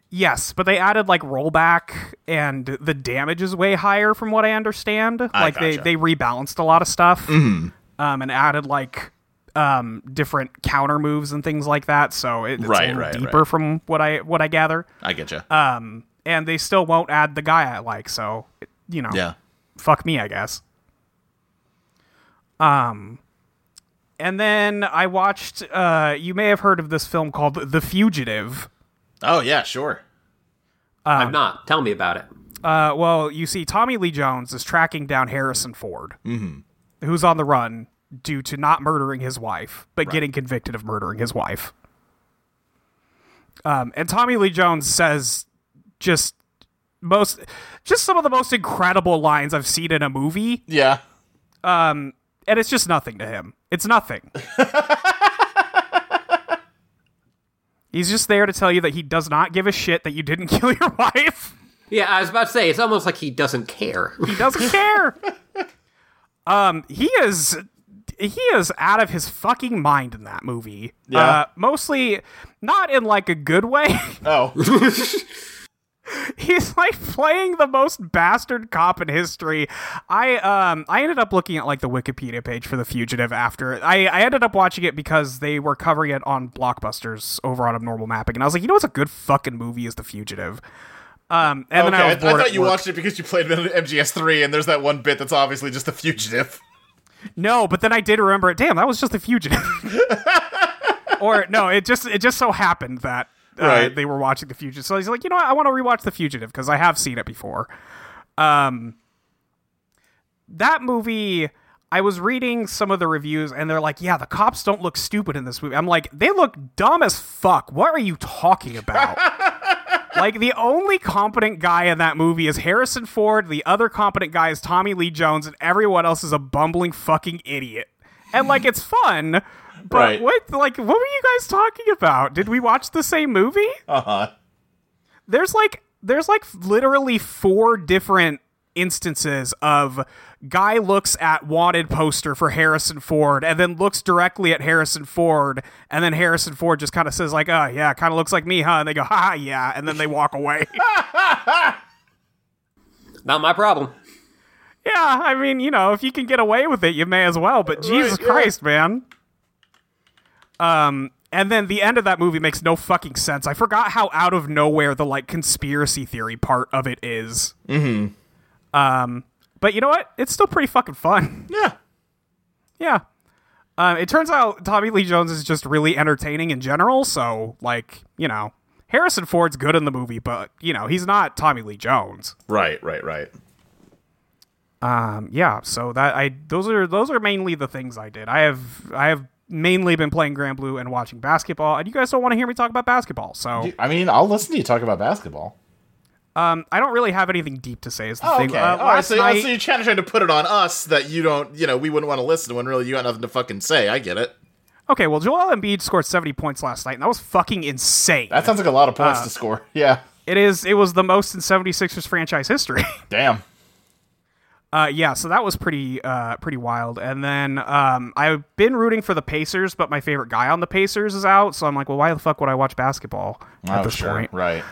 S4: Yes, but they added like rollback, and the damage is way higher, from what I understand. like they
S3: gotcha. Mm-hmm.
S4: they rebalanced a lot of stuff, um, and added like um different counter moves and things like that. So it, it's
S3: Right,
S4: a little
S3: right,
S4: deeper
S3: right.
S4: from what I what I gather.
S3: I get you.
S4: Uh, And they still won't add the guy I like, so it- you know,
S3: yeah.
S4: fuck me, I guess. Um, and then I watched. Uh, you may have heard of this film called The Fugitive.
S3: Oh yeah, sure.
S2: I've not. Tell me about it.
S4: Uh, well, you see, Tommy Lee Jones is tracking down Harrison Ford, who's on the run due to not murdering his wife, but getting convicted of murdering his wife. Um, and Tommy Lee Jones says just most just some of the most incredible lines I've seen in a movie.
S3: Yeah.
S4: and it's just nothing to him. It's nothing. He's just there to tell you that he does not give a shit that you didn't [laughs] kill your wife.
S2: Yeah, I was about to say, it's almost like he doesn't care. [laughs]
S4: He doesn't care. um, he is he is out of his fucking mind in that movie.
S3: Yeah.
S4: Uh, mostly not in like a good way. [laughs]
S3: Oh.
S4: he's like playing the most bastard cop in history. I um I ended up looking at like the Wikipedia page for The Fugitive after I I ended up watching it because they were covering it on Blockbusters over on Abnormal Mapping, and I was like, you know what's a good fucking movie is The Fugitive. Um, and
S3: okay.
S4: then I
S3: I, I
S4: was bored
S3: thought
S4: at
S3: you
S4: work.
S3: watched it because you played MGS3, and there's that one bit that's obviously just a fugitive.
S4: No, but then I did remember it. Damn, that was just The Fugitive. or no, it just it just so happened that uh,
S3: Right.
S4: they were watching The Fugitive. So I was like, you know what? I want to rewatch The Fugitive because I have seen it before. Um, that movie, I was reading some of the reviews, and they're like, yeah, the cops don't look stupid in this movie. I'm like, they look dumb as fuck. What are you talking about? like the only competent guy in that movie is Harrison Ford. The other competent guy is Tommy Lee Jones, and everyone else is a bumbling fucking idiot. And like it's fun, but
S3: Right.
S4: what like what were you guys talking about? Did we watch the same movie?
S3: Uh huh.
S4: There's like there's like literally four different instances of guy looks at wanted poster for Harrison Ford and then looks directly at Harrison Ford and then Harrison Ford just kind of says like, "Oh, yeah, kind of looks like me, huh?" And they go, "Ha, ha, yeah." [laughs] And then they walk away.
S2: not my problem.
S4: Yeah, I mean, you know, if you can get away with it, you may as well. But Jesus
S3: yeah.
S4: Christ, man. Um, and then the end of that movie makes no fucking sense. I forgot how out of nowhere the like conspiracy theory part of it is. Mm-hmm. Um, but you know what? It's still pretty fucking fun. [laughs]
S3: Yeah.
S4: Yeah. Um, it turns out Tommy Lee Jones is just really entertaining in general. So, like, you know, Harrison Ford's good in the movie, but, you know, he's not Tommy Lee Jones.
S3: Right, right, right.
S4: Um, yeah. So that I those are those are mainly the things I did. I have I have mainly been playing Grand Blue and watching basketball, and you guys don't want to hear me talk about basketball. So
S3: I mean, I'll listen to you talk about basketball.
S4: um, I don't really have anything deep to say. Is the thing.
S3: Oh, okay. All
S4: Uh,
S3: right.
S4: last
S3: So,
S4: night-
S3: so you're trying to, trying to put it on us that you don't, you know, we wouldn't want to listen when really you got nothing to fucking say. I get it.
S4: Okay, well, Joel Embiid scored 70 points last night, and that was fucking insane.
S3: That sounds like a lot of
S4: Uh,
S3: points to score. [laughs] Yeah.
S4: it is. It was the most in 76ers franchise history. [laughs]
S3: Damn.
S4: Uh, yeah, so that was pretty uh, pretty wild. And then um, I've been rooting for the Pacers, but my favorite guy on the Pacers is out, so I'm like, well, why the fuck would I watch basketball at
S3: Oh,
S4: this
S3: sure.
S4: point?
S3: Right.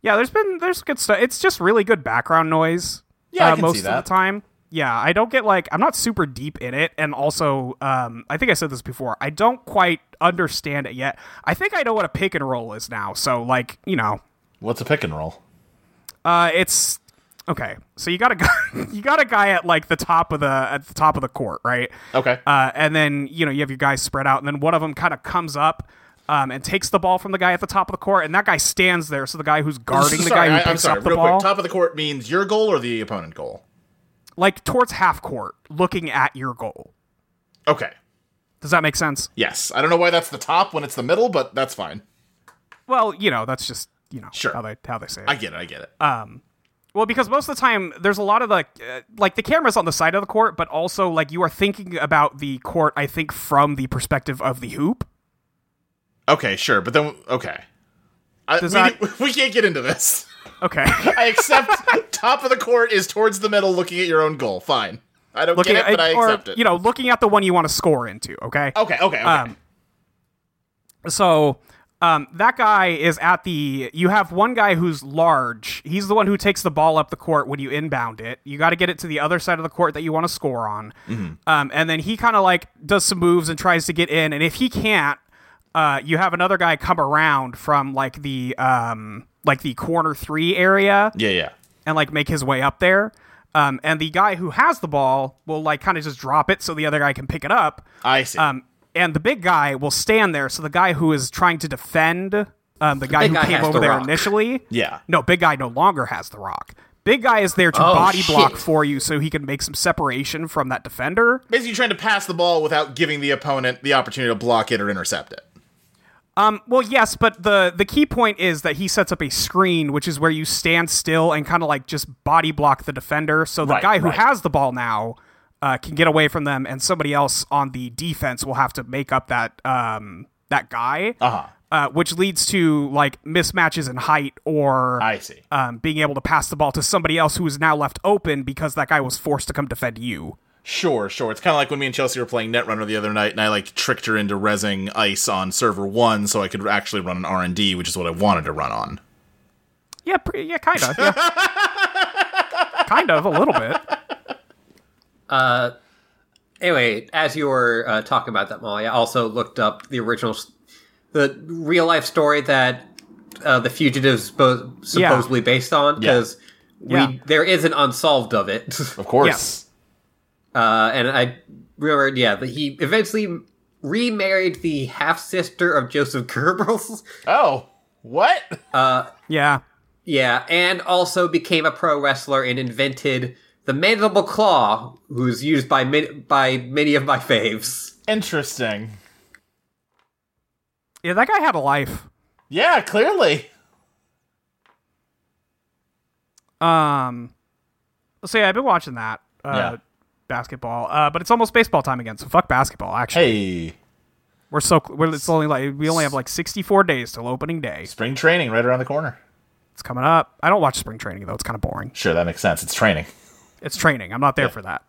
S4: Yeah, there's been there's good stuff. It's just really good background noise.
S3: Yeah, I
S4: uh,
S3: can
S4: most
S3: see
S4: of
S3: that.
S4: the time. Yeah, I don't get like I'm not super deep in it, and also um, I think I said this before. I don't quite understand it yet. I think I know what a pick and roll is now. So like you know,
S3: What's a pick and roll?
S4: uh, it's okay. So you got a [laughs] guy, you got a guy at like the top of the at the top of the court, right?
S3: Okay.
S4: Uh, and then you know you have your guys spread out, and then one of them kind of comes up um, and takes the ball from the guy at the top of the court, and that guy stands there. So the guy who's guarding the
S3: [laughs] Sorry,
S4: guy who
S3: I-
S4: picks
S3: I'm sorry.
S4: up the
S3: real
S4: ball,
S3: quick. Top of the court means your goal or the opponent goal.
S4: like towards half court, looking at your goal.
S3: Okay.
S4: Does that make sense?
S3: Yes. I don't know why that's the top when it's the middle, but that's fine.
S4: Well, you know that's just you know
S3: Sure.
S4: how they how they say it.
S3: I get it. I get it.
S4: Uh, Well, because most of the time there's a lot of like uh, like the cameras on the side of the court, but also like you are thinking about the court. I think from the perspective of the hoop.
S3: okay. Sure. But then okay. I, we,
S4: Does that-
S3: di- [laughs] we can't get into this.
S4: Okay, [laughs]
S3: I accept top of the court is towards the middle, looking at your own goal. Fine. I don't
S4: looking
S3: get it, but I
S4: or
S3: accept it.
S4: you know looking at the one you want to score into. Okay.
S3: okay. Okay. Okay.
S4: Um, So um, that guy is at the. You have one guy who's large. He's the one who takes the ball up the court when you inbound it. You got to get it to the other side of the court that you want to score on. Um, and then he kind of like does some moves and tries to get in. And if he can't, uh, you have another guy come around from like the um, like the corner three area
S3: yeah. Yeah.
S4: and like make his way up there. Um, and the guy who has the ball will like kind of just drop it so the other guy can pick it up.
S3: I see.
S4: Um, and the big guy will stand there. So the guy who is trying to defend um, the guy
S2: Big
S4: who
S2: guy
S4: came
S2: has
S4: over
S2: the
S4: there
S2: rock. [laughs]
S4: initially.
S3: Yeah.
S4: No, big guy no longer has the rock. Big guy is there to body block
S2: Oh, shit.
S4: for you so he can make some separation from that defender.
S3: Basically, trying to pass the ball without giving the opponent the opportunity to block it or intercept it.
S4: Um, well, yes, but the, the key point is that he sets up a screen, which is where you stand still and kind of like just body block the defender. So the
S3: Right,
S4: guy who
S3: right.
S4: has the ball now uh, can get away from them, and somebody else on the defense will have to make up that um, that guy.
S3: Uh-huh.
S4: uh, which leads to like mismatches in height or
S3: I see.
S4: um, being able to pass the ball to somebody else who is now left open because that guy was forced to come defend you.
S3: Sure, sure. It's kind of like when me and Chelsea were playing Netrunner the other night, and I like tricked her into resing ice on server one, so I could actually run an R and D, which is what I wanted to run on.
S4: Yeah, pre- yeah, kind of, yeah.
S3: [laughs]
S4: kind of a little bit.
S2: Anyway, as you were uh, talking about that, Molly, I also looked up the original, s- the real life story that uh, the fugitives bo- supposedly based on because
S4: Yeah.
S2: we there is an unsolved of it, [laughs]
S3: Of course.
S4: Yes.
S2: uh, and I remembered, yeah, that he eventually remarried the half sister of Joseph Goebbels,
S3: Oh, what?
S4: Yeah,
S2: yeah, and also became a pro wrestler and invented the mandible claw, who's used by min- by many of my faves.
S3: Interesting.
S4: yeah, that guy had a life.
S3: Yeah, clearly.
S4: Um, so yeah, I've been watching that uh,
S3: Yeah.
S4: basketball, uh, but it's almost baseball time again. So fuck basketball. Actually,
S3: Hey,
S4: we're so cl- we're, it's only like we only have like sixty four days till opening day.
S3: spring training right around the corner.
S4: It's coming up. I don't watch spring training though; it's kind of boring.
S3: Sure, that makes sense. It's training.
S4: It's training. I'm not there for that.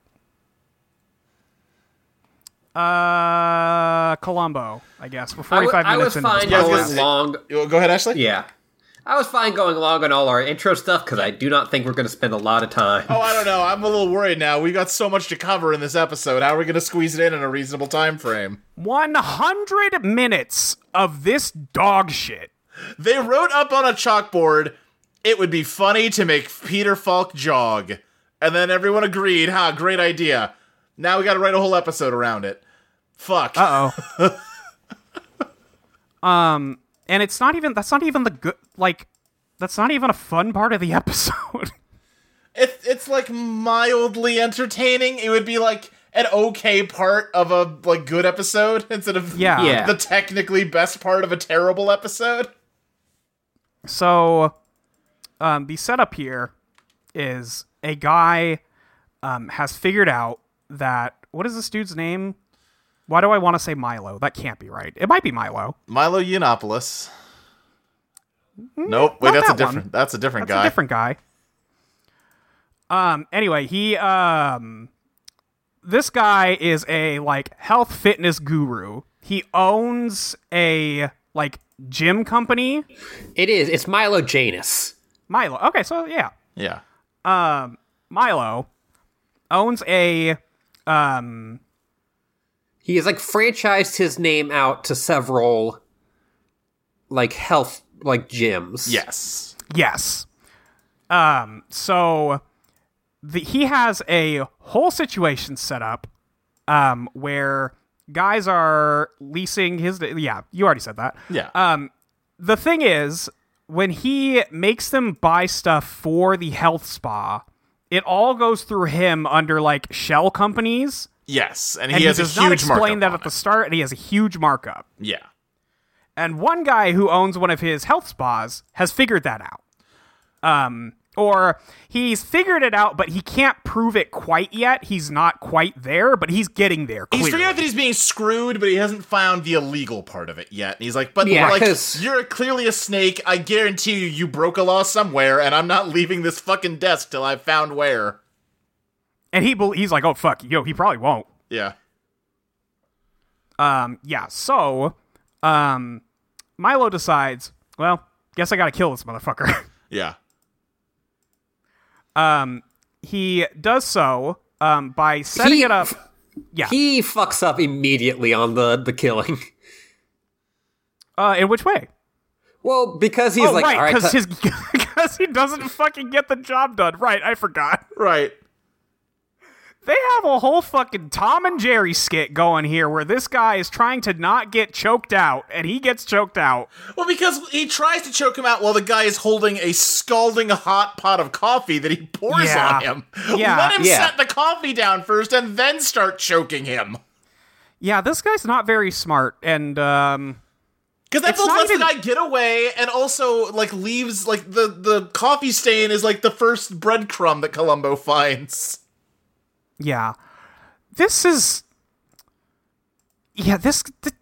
S4: Uh, Colombo, I guess. We're
S2: I wa-
S4: 45
S2: I
S4: minutes
S2: was
S4: into this
S2: fine with
S3: podcast.
S2: long.
S3: You- Go ahead, Ashley.
S2: Yeah, I was fine going along on all our intro stuff because I do not think we're going to spend a lot of time.
S3: Oh, I don't know. I'm a little worried now. We've got so much to cover in this episode. How are we going to squeeze it in in a reasonable time frame?
S4: 100 minutes of this dog shit.
S3: They wrote up on a chalkboard, it would be funny to make Peter Falk jog. And then everyone agreed, huh, great idea. Now we got to write a whole episode around it. Fuck.
S4: Uh oh. [laughs] um, and it's not even that's not even the good like that's not even a fun part of the [laughs] episode.
S3: It, it's like mildly entertaining. It would be like an okay part of a like good episode [laughs] instead of
S4: Yeah.
S2: Yeah.
S3: the technically best part of a terrible episode.
S4: So, um, the setup here is a guy um, has figured out that what is this dude's name? Why do I want to say Milo? That can't be right. It might be Milo.
S3: Milo Yiannopoulos. Nope. Wait,
S4: Mm, not
S3: that's a
S4: that
S3: different.
S4: one.
S3: That's a different
S4: That's
S3: guy.
S4: a different guy. Um. Anyway, he um, this guy is a like health fitness guru. He owns a like gym company.
S2: It is. It's Milo Janus.
S4: Milo. Okay, so yeah.
S3: yeah.
S4: Milo owns a
S2: He has like franchised his name out to several like health like gyms.
S3: Yes.
S4: yes. Um so the, he has a whole situation set up um where guys are leasing his yeah, you already said that.
S3: Yeah.
S4: the thing is, when he makes them buy stuff for the health spa, it all goes through him under like shell companies,
S3: yes. And he
S4: and he,
S3: has
S4: does
S3: a
S4: not
S3: huge
S4: explain
S3: markup
S4: that
S3: on
S4: at the
S3: it.
S4: start, and he has a huge markup.
S3: Yeah.
S4: And one guy who owns one of his health spas has figured that out. Um, or he's figured it out, but he can't prove it quite yet. He's not quite there, but he's getting there.
S3: He's
S4: Clearly.
S3: figured out that he's being screwed, but he hasn't found the illegal part of it yet. And he's like, "But
S2: Yeah,
S3: like,
S2: 'cause-
S3: you're clearly a snake. I guarantee you, you broke a law somewhere, and I'm not leaving this fucking desk till I've found where."
S4: and he bel he's like, oh fuck, yo, he probably won't.
S3: Yeah.
S4: Um, yeah, so um, Milo decides, well, guess I gotta kill this motherfucker. [laughs]
S3: Yeah.
S4: um, he does so um, by setting
S2: He- [laughs]
S4: it up.
S2: He fucks up immediately on the the killing. [laughs]
S4: Uh, in which way?
S2: Well, because he's
S4: oh,
S2: like, all right,
S4: right, because
S2: t-
S4: his [laughs] because he doesn't fucking get the job done. Right, I forgot.
S3: Right.
S4: They have a whole fucking Tom and Jerry skit going here where this guy is trying to not get choked out, and he gets choked out.
S3: Well, because he tries to choke him out while the guy is holding a scalding hot pot of coffee that he pours
S4: Yeah.
S3: on him. [laughs]
S4: Yeah,
S3: Let him
S2: yeah.
S3: set the coffee down first and then start choking him.
S4: Yeah, this guy's not very smart, and um,
S3: Because that
S4: It's
S3: both
S4: not
S3: lets
S4: even-
S3: the guy get away and also like leaves like the the coffee stain is like the first breadcrumb that Columbo finds.
S4: Yeah. This is Yeah, this th-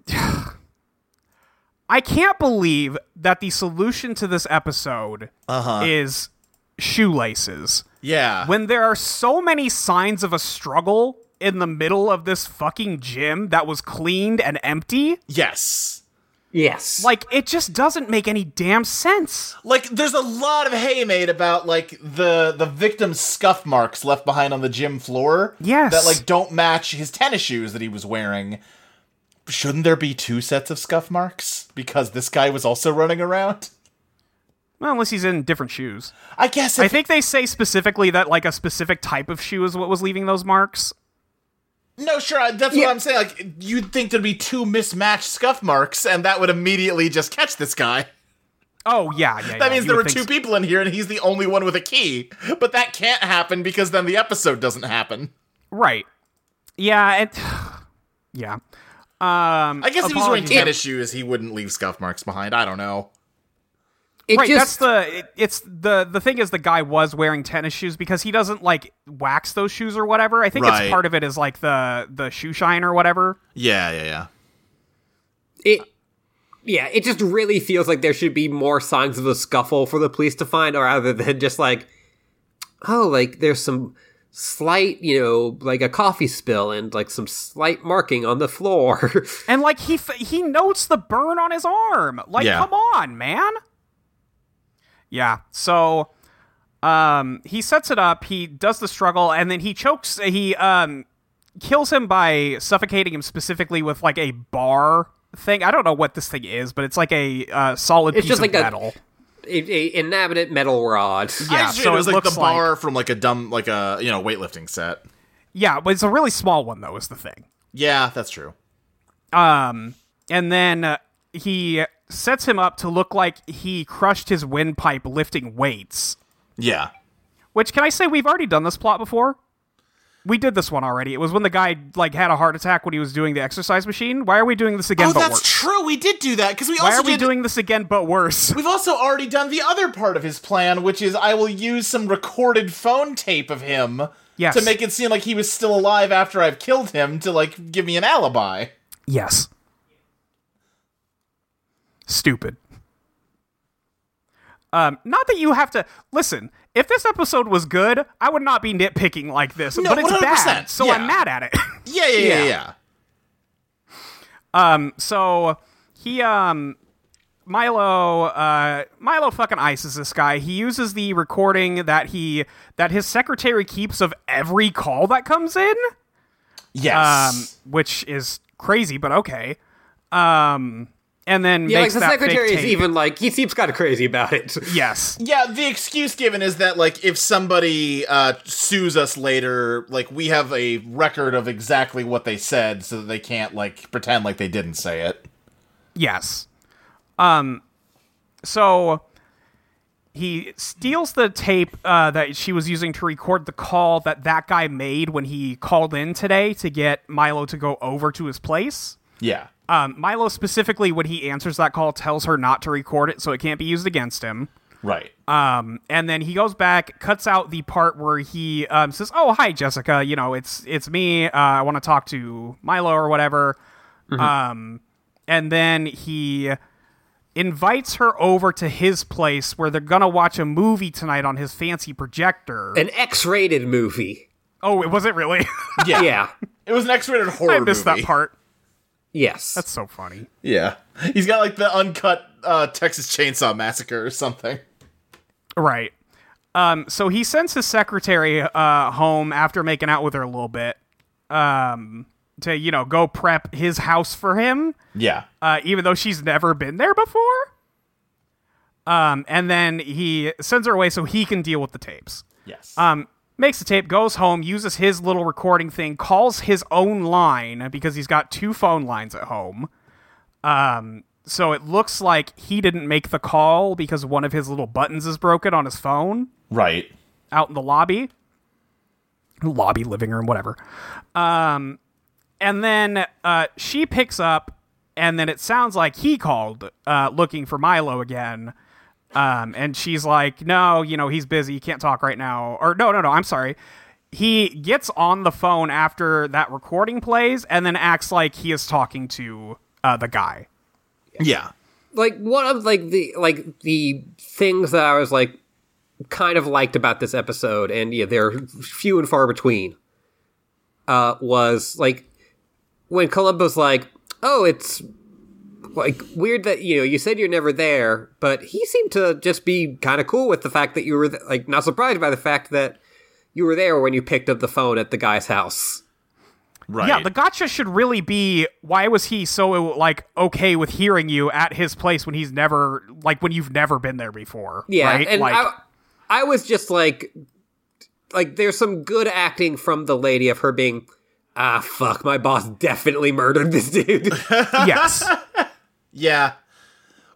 S4: I can't believe that the solution to this episode is shoelaces.
S3: Yeah.
S4: When there are so many signs of a struggle in the middle of this fucking gym that was cleaned and empty,
S3: yes.
S2: yes,
S4: like it just doesn't make any damn sense.
S3: Like there's a lot of hay made about like the the victim's scuff marks left behind on the gym floor.
S4: Yes.
S3: That like don't match his tennis shoes that he was wearing. Shouldn't there be two sets of scuff marks? Because this guy was also running around?
S4: Well, unless he's in different shoes.
S3: I guess
S4: I
S3: if,
S4: think they say specifically that like a specific type of shoe is what was leaving those marks.
S3: No, sure. I- That's
S2: Yeah.
S3: what I'm saying. Like, you'd think there'd be two mismatched scuff marks, and that would immediately just catch this guy.
S4: Oh yeah, yeah.
S3: That means there were two people in here, and he's the only one with a key. But that can't happen because then the episode doesn't happen.
S4: Right. Yeah. It. [sighs] Yeah. Um.
S3: I guess if he was wearing
S4: apologies.
S3: tennis shoes, he wouldn't leave scuff marks behind. I don't know.
S2: it
S4: Right.
S2: just
S4: that's the. it- it's the the thing is the guy was wearing tennis shoes because he doesn't like wax those shoes or whatever. I think
S3: Right.
S4: it's part of it is like the the shoe shine or whatever.
S3: Yeah, yeah, yeah.
S2: it. Yeah, it just really feels like there should be more signs of a scuffle for the police to find, or rather than just like, oh, like there's some slight, you know, like a coffee spill and like some slight marking on the floor. [laughs]
S4: And like he f- he notes the burn on his arm. Like
S3: Yeah.
S4: come on, man. Yeah. So um, he sets it up. He does the struggle, and then he chokes. He um, kills him by suffocating him specifically with like a bar thing. I don't know what this thing is, but it's like a uh, solid
S2: It's
S4: piece
S2: just
S4: of
S2: like a-
S4: metal.
S2: A, a inanimate metal rod.
S3: I
S4: Yeah,
S3: just
S4: so
S3: figured it was
S4: it
S3: like the
S4: looks like-
S3: bar from like a dumb, like a you know weightlifting set.
S4: Yeah, but it's a really small one though. Is the thing.
S3: Yeah, that's true.
S4: Um, and then uh, he sets him up to look like he crushed his windpipe lifting weights.
S3: Yeah,
S4: Which can I say we've already done this plot before? We did this one already. It was when the guy like had a heart attack when he was doing the exercise machine. Why are we doing this again?
S3: Oh,
S4: but
S3: that's
S4: worse?
S3: true. We did do that because we
S4: Why
S3: also
S4: are we
S3: did.
S4: doing this again? But worse. [laughs]
S3: we've also already done the other part of his plan, which is I will use some recorded phone tape of him
S4: Yes.
S3: to make it seem like he was still alive after I've killed him to like give me an alibi.
S4: Yes. Stupid. Um, not that you have to listen. If this episode was good, I would not be nitpicking like this.
S3: No,
S4: but it's bad,
S3: 100%,
S4: so I'm
S3: yeah.
S4: mad at it. [laughs]
S3: Yeah, yeah, yeah, yeah.
S2: Yeah.
S4: so he um Milo uh Milo fucking ices this guy. He uses the recording that he that his secretary keeps of every call that comes in, um
S3: Yes.
S4: which is crazy, but okay. Um and then
S2: Yeah, like
S4: makes
S2: the
S4: that fake
S2: secretary is
S4: tape.
S2: even like he seems kind of crazy about it. [laughs]
S4: yes.
S3: yeah, the excuse given is that like if somebody uh sues us later, like we have a record of exactly what they said so that they can't like pretend like they didn't say it.
S4: Yes. Um so he steals the tape uh, that she was using to record the call that that guy made when he called in today to get Milo to go over to his place.
S3: Yeah.
S4: Um, Milo specifically, when he answers that call, tells her not to record it so it can't be used against him.
S3: right.
S4: Um, and then he goes back, cuts out the part where he um, says, "Oh, hi, Jessica. You know, it's it's me. Uh, I want to talk to Milo or whatever." Um, and then he invites her over to his place where they're gonna watch a movie tonight on his fancy projector.
S2: An X-rated movie.
S4: oh, it was it really? [laughs]
S3: yeah.
S2: Yeah.
S3: It was an X-rated horror
S4: I missed
S3: movie.
S4: that part.
S2: Yes.
S4: That's so funny.
S3: Yeah. He's got like the uncut uh, Texas Chainsaw Massacre or something.
S4: Right. Um, so he sends his secretary uh, home after making out with her a little bit um, to, you know, go prep his house for him,
S3: Yeah.
S4: uh, even though she's never been there before. Um, and then he sends her away so he can deal with the tapes.
S3: Yes.
S4: Um, makes the tape, goes home, uses his little recording thing, calls his own line because he's got two phone lines at home. Um, so it looks like he didn't make the call because one of his little buttons is broken on his phone
S3: right.
S4: out in the lobby, lobby, living room, whatever. Um, and then uh, she picks up, and then it sounds like he called uh, looking for Milo again. Um, and she's like, "No, you know he's busy. You can't talk right now." Or no, no, no. I'm sorry. He gets on the phone after that recording plays, and then acts like he is talking to uh, the guy.
S3: Yeah.
S2: like one of like the like the things that I was like kind of liked about this episode, and yeah, they're few and far between. Uh, was like when Columbo's like, "Oh, it's like weird that you know you said you're never there, but he seemed to just be kind of cool with the fact that you were th- like not surprised by the fact that you were there when you picked up the phone at the guy's house."
S3: Right.
S4: Yeah, the gotcha should really be why was he so like okay with hearing you at his place when he's never like when you've never been there before.
S2: Yeah,
S4: right?
S2: and
S4: like,
S2: I, I was just like, like there's some good acting from the lady of her being, ah, fuck, my boss definitely murdered this [laughs] dude.
S4: yes,
S3: yeah.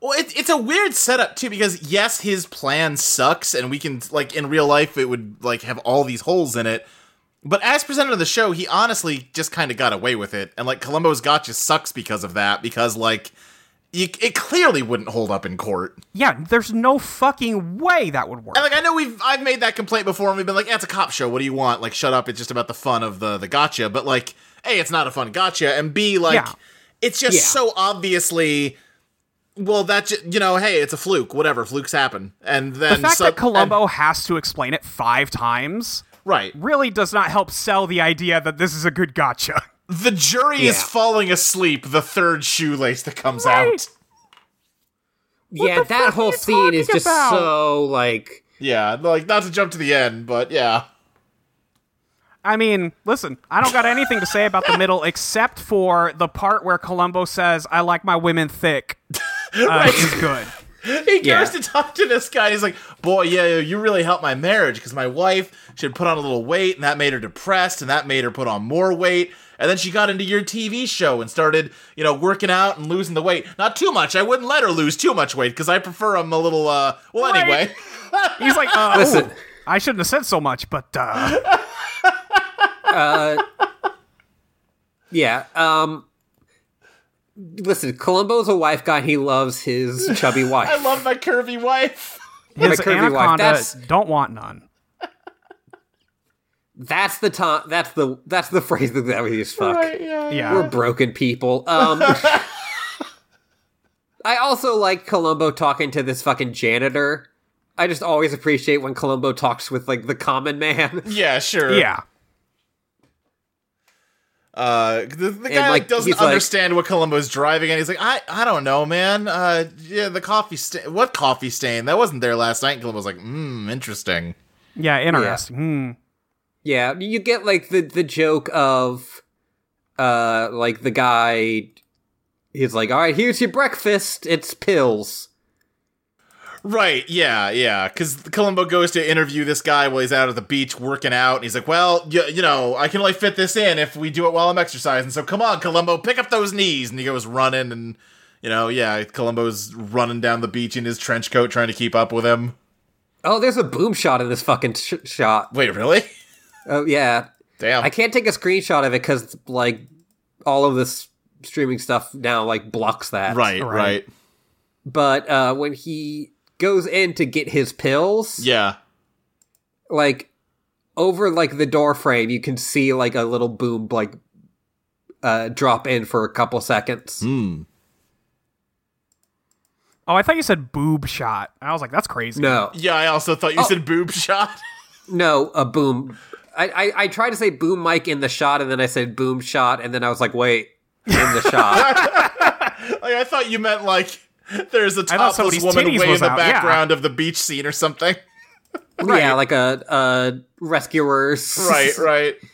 S3: Well, it, it's a weird setup too because yes, his plan sucks, and we can like in real life it would like have all these holes in it. But as presented on the show, he honestly just kind of got away with it, and like Columbo's gotcha sucks because of that because like you, it clearly wouldn't hold up in court.
S4: yeah. There's no fucking way that would work.
S3: And like I know we've I've made that complaint before and we've been like, yeah, it's a cop show, what do you want? Like, shut up, it's just about the fun of the the gotcha. But like, A, it's not a fun gotcha, and B, like
S4: Yeah.
S3: it's just
S2: Yeah.
S3: so obviously well that ju- you know, hey, it's a fluke, whatever, flukes happen. And then
S4: The fact
S3: so-
S4: that Columbo has to explain it five times
S3: and- Right.
S4: really does not help sell the idea that this is a good gotcha.
S3: The jury is
S2: Yeah.
S3: falling asleep the third shoelace that comes out.
S2: yeah,
S4: the fuck
S2: that
S4: are
S2: whole
S4: you
S2: scene is
S4: talking
S2: just
S4: about?
S2: so like
S3: Yeah, like not to jump to the end, but yeah.
S4: I mean, listen, I don't got anything to say about the middle except for the part where Columbo says, "I like my
S3: [laughs]
S4: women thick." Uh, is good.
S3: He
S2: Yeah.
S3: goes to talk to this guy. And he's like, "Boy, yeah, yeah, you really helped my marriage because my wife she had put on a little weight, and that made her depressed, and that made her put on more weight, and then she got into your TV show and started, you know, working out and losing the weight. Not too much. I wouldn't let her lose too much weight because I prefer I'm a little. uh Well, anyway, [laughs]
S4: He's like, uh,
S2: Listen.
S4: ooh, I shouldn't have said so much, but uh,
S2: yeah. Um, listen, Columbo's a wife guy. He loves his
S4: [laughs]
S2: chubby wife.
S3: I love my curvy wife.
S4: his
S2: curvy wife.
S4: anaconda
S2: That's-
S4: don't want none.
S2: that's the time. That's the that's the phrase that that we use. Fuck.
S3: yeah,
S4: Yeah.
S2: We're broken people. Um, I also like Columbo talking to this fucking janitor. I just always appreciate when Columbo talks with like the common man. [laughs]
S3: yeah, sure,
S4: yeah.
S3: Uh, the, the guy like,
S2: like,
S3: doesn't
S2: he's like-
S3: understand what Columbo's driving at. He's like, I, I don't know, man. Uh, yeah, the coffee stain. What coffee stain? That wasn't there last night. And Columbo's like, hmm, interesting.
S4: Yeah, interesting. Hmm.
S2: yeah, you get like the the joke of, uh, like the guy. He's like, all right, here's your breakfast. It's pills.
S3: Right? Yeah, yeah. Because Columbo goes to interview this guy while he's out at the beach working out. And he's like, well, you, you know, I can only fit this in if we do it while I'm exercising. So come on, Columbo, pick up those knees. And he goes running, and you know, yeah, Columbo's running down the beach in his trench coat, trying to keep up with him.
S2: Oh, there's a boom shot in this fucking sh- shot.
S3: Wait, really?
S2: Oh yeah,
S3: Damn.
S2: I can't take a screenshot of it because like all of this streaming stuff now like blocks that.
S3: Right,
S4: Right.
S3: right.
S2: but uh, when he goes in to get his pills,
S3: Yeah.
S2: like over like the door frame, you can see like a little boom like uh, drop in for a couple seconds.
S3: Hmm.
S4: Oh, I thought you said boob shot. I was like, that's crazy.
S2: No,
S3: Yeah, I also thought you
S2: Oh.
S3: said boob [laughs] shot.
S2: no, a boom. I, I I tried to say boom mic in the shot, and then I said boom shot, and then I was like, wait, in the shot.
S3: [laughs] like I thought you meant like there's a
S4: I thought
S3: topless
S4: somebody's
S3: woman
S4: titties
S3: way in
S4: was
S3: the
S4: out, yeah.
S3: background of the beach scene or
S4: [laughs]
S3: something.
S2: Yeah, like a a rescuers.
S3: right, right.
S2: [laughs]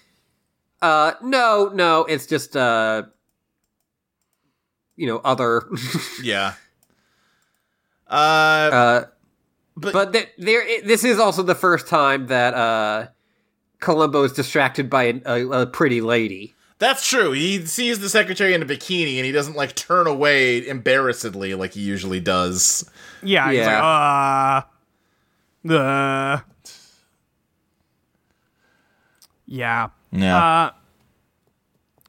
S2: Uh, no, no, it's just uh, you know, other.
S3: Yeah. Uh,
S2: uh,
S3: But-
S2: but th- there, i this is also the first time that uh, Columbo is distracted by an, a, a pretty lady.
S3: that's true. He sees the secretary in a bikini and he doesn't like turn away embarrassedly like he usually does.
S4: Yeah. he's like, uh, uh, yeah.
S3: Yeah.
S4: Uh,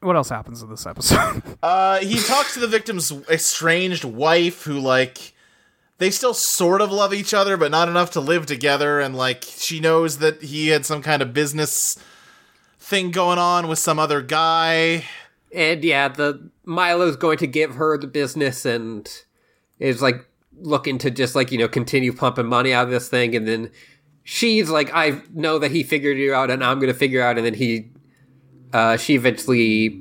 S4: what else happens in this episode? [laughs]
S3: Uh, he talks to the victim's estranged wife who like they still sort of love each other but not enough to live together and like she knows that he had some kind of business thing going on with some other guy
S2: And yeah, the Milo's going to give her the business and is like looking to just like, you know, continue pumping money out of this thing and then she's like, I know that he figured you out and I'm gonna figure out and then he uh she eventually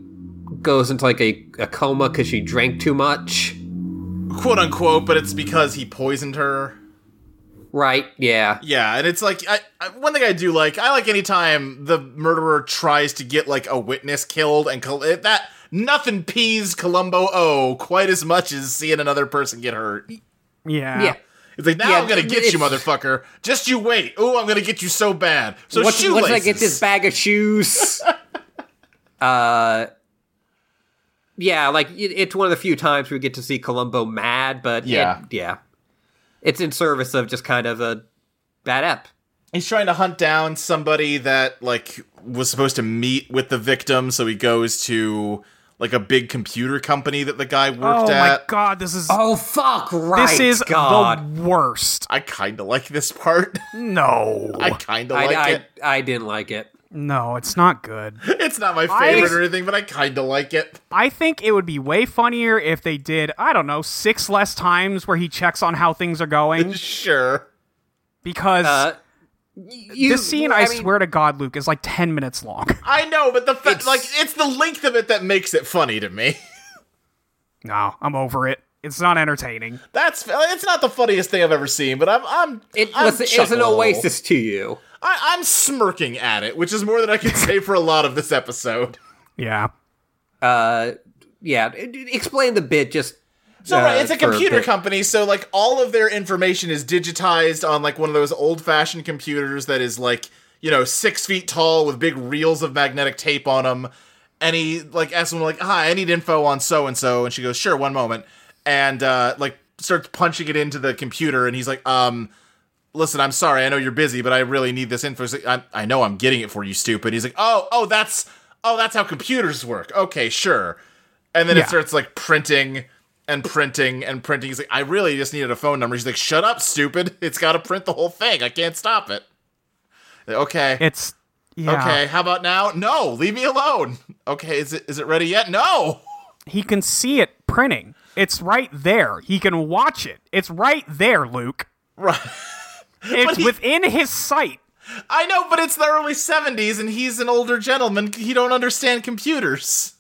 S2: goes into like a, a coma because she drank too much.
S3: quote unquote, but it's because he poisoned her.
S2: Right, yeah.
S3: Yeah, and it's like I, I, one thing I do like. I like any time the murderer tries to get like a witness killed, and Col- it- that nothing pees Columbo O quite as much as seeing another person get hurt.
S4: yeah.
S2: Yeah.
S3: It's like now
S2: Yeah,
S3: I'm gonna
S2: it-
S3: get you,
S2: it's-
S3: motherfucker. Just you wait. Oh, I'm gonna get you so bad. So
S2: once,
S3: shoelaces.
S2: once I get this bag of shoes. uh, yeah, like it, it's one of the few times we get to see Columbo mad, but
S3: Yeah.
S2: yeah, yeah, it's in service of just kind of a bad ep.
S3: he's trying to hunt down somebody that like was supposed to meet with the victim. So he goes to like a big computer company that the guy
S4: Oh
S3: worked
S4: my
S3: at.
S4: god, this is
S2: Oh fuck! Right,
S4: this is
S2: God.
S4: the worst.
S3: I kind of like this part. [laughs]
S4: No.
S3: I kind of
S2: I,
S3: like
S2: I,
S3: it.
S2: I didn't like it.
S4: no, it's not good.
S3: It's not my
S4: I-
S3: favorite or anything, but I kind of like it. [laughs]
S4: I think it would be way funnier if they did, I don't know, six less times where he checks on how things are going
S3: Sure.
S4: because
S2: Uh, you,
S4: this scene, I,
S2: mean,
S4: swear to God, Luke, is like 10 minutes long. [laughs]
S3: I know, but the fa-
S2: It's-
S3: like it's the length of it that makes it funny to me.
S4: no, I'm over it. It's not entertaining.
S3: [laughs] That's it's not the funniest thing I've ever seen, but I'm I'm
S2: It
S3: I'm
S2: was it's an
S3: chuckling a little.
S2: oasis to you.
S3: I, I'm smirking at it, which is more than I can say for a lot of this episode.
S4: Yeah.
S2: Uh, yeah. d- d- Explain the bit. Just
S3: So
S2: uh,
S3: right, it's a
S2: for
S3: computer
S2: bit.
S3: company, so like all of their information is digitized on like one of those old-fashioned computers that is like you know six feet tall with big reels of magnetic tape on them. And he like asks someone like, "Hi, I need info on so and so," and she goes, "Sure, one moment," and uh, like starts punching it into the computer, and he's like, "Um." Listen, I'm sorry. I know you're busy, but I really need this info. He's like, I, I know I'm getting it for you, stupid. He's like, oh, oh, that's, oh, that's how computers work. Okay, sure. And then
S4: Yeah.
S3: it starts like printing and printing and printing. He's like, I really just needed a phone number. He's like, shut up, stupid. [laughs] It's got to print the whole thing. I can't stop it. Okay.
S4: It's yeah.
S3: Okay. How about now? No, leave me alone. Okay. Is it is it ready yet? No. [laughs]
S4: He can see it printing. It's right there. He can watch it. It's right
S3: [laughs]
S4: there, Luke.
S3: Right.
S4: It's
S3: he-
S4: within his sight.
S3: I know, but it's the early '70s, and he's an older gentleman. He don't understand computers.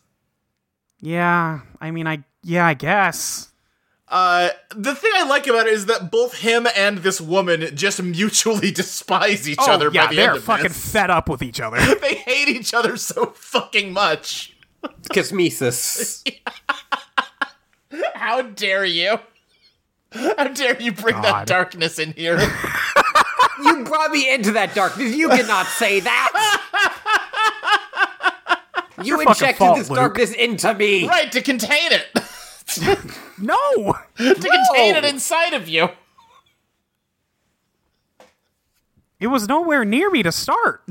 S4: Yeah. I mean, I yeah, I guess.
S3: Uh, the thing I like about it is that both him and this woman just mutually [laughs] despise each other
S4: oh, yeah,
S3: by the
S4: they're
S3: end of
S4: fucking
S3: this.
S4: fed up with each other.
S3: [laughs]
S4: [laughs]
S3: they hate each other so fucking much. [laughs]
S2: Kismesis.
S3: How dare you? How dare you bring
S4: God.
S3: that darkness in
S4: [laughs]
S3: here?
S2: you brought me into that darkness. You cannot say that. you
S4: fucking
S2: injected
S4: fault,
S2: this
S4: Luke.
S2: darkness into me.
S3: right, to contain it. [laughs]
S4: no.
S3: to contain
S2: No.
S3: it inside of you.
S4: It was nowhere near me to start.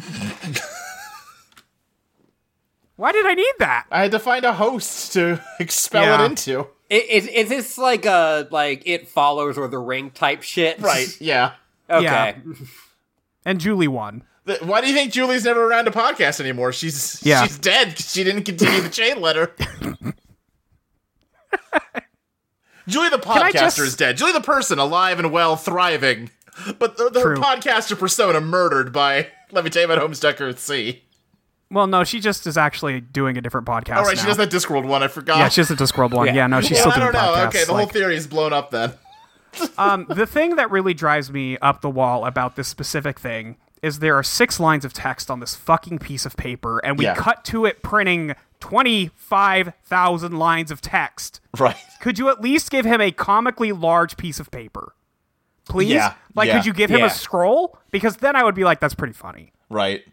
S4: Why did I need that?
S3: I had to find a host to [laughs] expel
S4: Yeah.
S3: it
S4: [laughs]
S3: into.
S2: I- Is, is this like a like it follows or the ring type shit?
S3: Right, yeah.
S2: [laughs] Okay.
S4: Yeah. And Julie won.
S3: Th- Why do you think Julie's never around to podcast anymore? She's
S4: Yeah.
S3: she's dead 'cause she didn't continue the chain
S4: [laughs]
S3: letter. Julie the
S4: I
S3: podcaster
S4: just-
S3: is dead. Julie the person, alive and well, thriving, but the, the, her
S4: True.
S3: podcaster persona murdered by. Let me tell you about Homestuck Earth Sea.
S4: Well, no, she just is actually doing a different podcast.
S3: All right,
S4: now.
S3: she does that Discworld one. I forgot.
S4: Yeah, she does a Discworld one.
S2: Yeah.
S4: Yeah, no, she's
S3: Well,
S4: still
S3: I don't
S4: doing
S3: know.
S4: podcasts.
S3: Okay, the whole
S4: like-
S3: theory is blown up then.
S4: um, the thing that really drives me up the wall about this specific thing is there are six lines of text on this fucking piece of paper, and we
S3: Yeah.
S4: cut to it printing twenty five thousand lines of text.
S3: [laughs] Right.
S4: Could you at least give him a comically large piece of paper, please?
S3: Yeah,
S4: Like,
S3: yeah,
S4: could you give him
S3: yeah.
S4: a scroll? Because then I would be like, that's pretty funny.
S3: Right.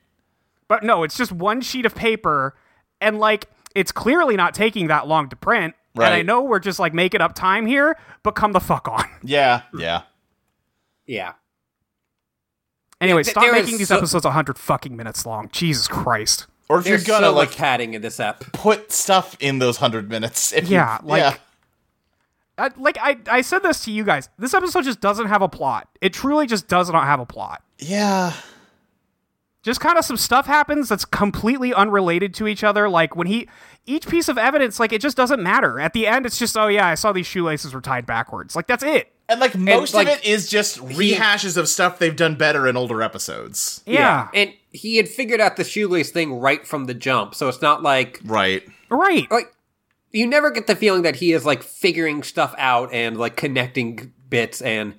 S4: But no, it's just one sheet of paper, and like it's clearly not taking that long to print. And I
S3: Right.
S4: know we're just like making up time here, but come the fuck on. [laughs]
S3: Yeah. Yeah.
S2: Yeah.
S4: Anyway,
S2: th-
S4: stop
S2: there
S4: making
S2: is
S4: these
S2: so-
S4: episodes a hundred fucking minutes long. Jesus Christ.
S3: Or if
S2: There's
S3: you're gonna
S2: so
S3: like
S2: much padding in this app.
S3: put stuff in those hundred minutes. If you-
S4: Yeah, like-
S3: yeah.
S4: I, like I, I said this to you guys. This episode just doesn't have a plot. It truly just does not have a plot.
S3: Yeah.
S4: Just kind of some stuff happens that's completely unrelated to each other. Like when he, each piece of evidence, like it just doesn't matter. At the end, it's just, oh yeah, I saw these shoelaces were tied backwards. Like that's it.
S3: And like most
S2: like,
S3: of it is just rehashes of stuff they've done better in older episodes.
S4: Yeah.
S2: And he had figured out the shoelace thing right from the jump, so it's not like
S3: Right.
S4: Right.
S2: like you never get the feeling that he is like figuring stuff out and like connecting bits and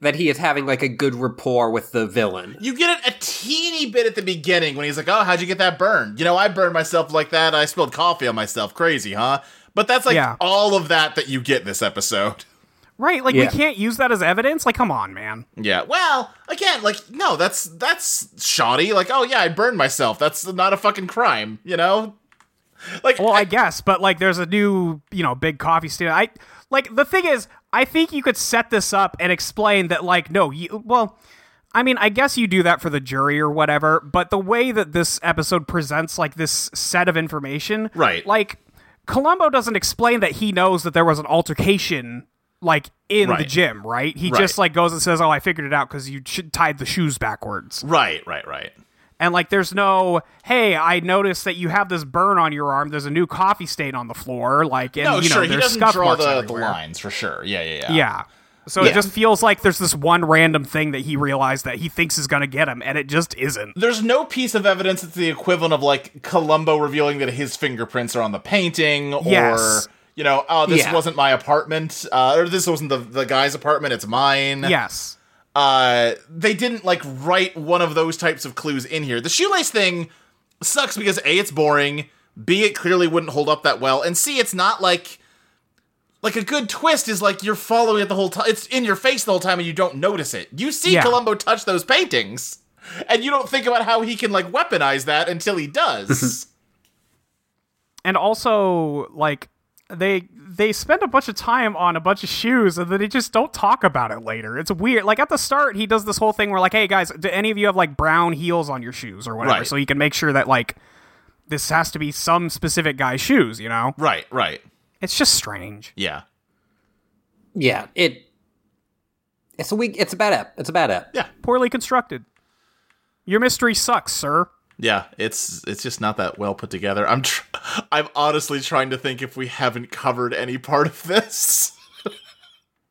S2: that he is having like a good rapport with the villain.
S3: You get it a teeny bit at the beginning when he's like, "Oh, how'd you get that burn?" You know, I burned myself like that. I spilled coffee on myself. Crazy, huh? But that's like
S4: Yeah.
S3: all of that that you get this episode.
S4: Right, like
S2: Yeah.
S4: we can't use that as evidence. Like, come on, man.
S3: Yeah. Well, again, like no, that's that's shoddy. Like, oh yeah, I burned myself. That's not a fucking crime. You know. Like,
S4: Well, I guess, but like, there's a new, you know, big coffee stand. I like the thing is, I think you could set this up and explain that, like, no, you. Well, I mean, I guess you do that for the jury or whatever. But the way that this episode presents, like, this set of information,
S3: Right.
S4: Like, Columbo doesn't explain that he knows that there was an altercation. Like in the
S3: Right.
S4: gym, right? He
S3: Right.
S4: just like goes and says, "Oh, I figured it out because you ch- tied the shoes backwards."
S3: right, right, right.
S4: And like, there's no, hey, I noticed that you have this burn on your arm. There's a new coffee stain on the floor. Like, and
S3: No,
S4: you know,
S3: sure.
S4: there's
S3: He doesn't
S4: scuff
S3: draw
S4: marks
S3: the, the
S4: everywhere.
S3: lines for sure. Yeah, yeah, yeah.
S4: Yeah. So
S3: Yeah.
S4: it just feels like there's this one random thing that he realized that he thinks is going to get him, and it just isn't.
S3: there's no piece of evidence that's the equivalent of like Columbo revealing that his fingerprints are on the painting or
S4: Yes.
S3: you know, oh, this
S2: Yeah.
S3: wasn't my apartment, uh, or this wasn't the, the guy's apartment, it's mine.
S4: Yes.
S3: Uh, they didn't like write one of those types of clues in here. The shoelace thing sucks because A, it's boring, B, it clearly wouldn't hold up that well, and C, it's not like. Like a good twist is like you're following it the whole time. It's in your face the whole time, and you don't notice it. You see
S4: Yeah.
S3: Columbo touch those paintings, and you don't think about how he can like weaponize that until he does.
S4: and also like they they spend a bunch of time on a bunch of shoes and then they just don't talk about it later it's weird like at the start he does this whole thing where like hey guys do any of you have like brown heels on your shoes or whatever
S3: Right.
S4: so you can make sure that like this has to be some specific guy's shoes you know
S3: right, right,
S4: it's just strange
S3: yeah,
S2: Yeah, it. It's a weak. It's a bad app. It's a bad app.
S3: yeah,
S4: poorly constructed your mystery sucks sir
S3: yeah. It's it's just not that well put together. I'm tr- [laughs] I'm honestly trying to think if we haven't covered any part of this.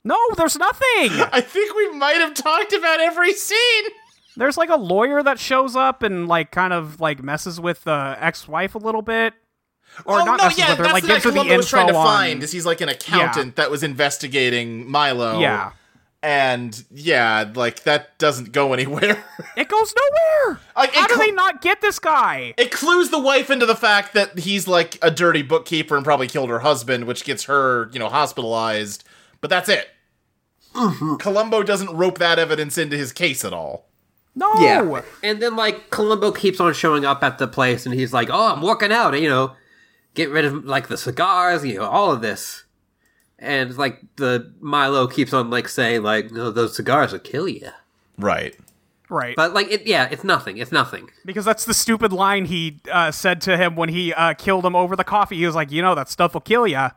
S4: no there's
S3: [laughs]
S4: nothing
S3: I think we might have talked about every scene.
S4: there's like a lawyer that shows up and like kind of like messes with the ex-wife a little bit or not messes with her like gives her the
S3: Columbo was
S4: info
S3: trying to
S4: on
S3: find. Is he's like an accountant that was investigating Milo?
S4: yeah
S3: and yeah, like that doesn't go anywhere. [laughs]
S4: It goes nowhere.
S3: Like,
S4: How
S3: it
S4: do
S3: cl-
S4: they not get this guy?
S3: it clues the wife into the fact that he's like a dirty bookkeeper and probably killed her husband, which gets her, you know, hospitalized. But that's it.
S4: Mm-hmm.
S3: Columbo doesn't rope that evidence into his case at all.
S4: No.
S2: Yeah. And then like Columbo keeps on showing up at the place, and he's like, "Oh, I'm working out. You know, get rid of like the cigars. You know, all of this." And like the Milo keeps on like saying like, "No, those cigars will kill you."
S3: Right.
S4: Right.
S2: But like, it yeah, it's nothing. It's nothing.
S4: because that's the stupid line he uh, said to him when he uh, killed him over the coffee. He was like, you know, that stuff will kill ya.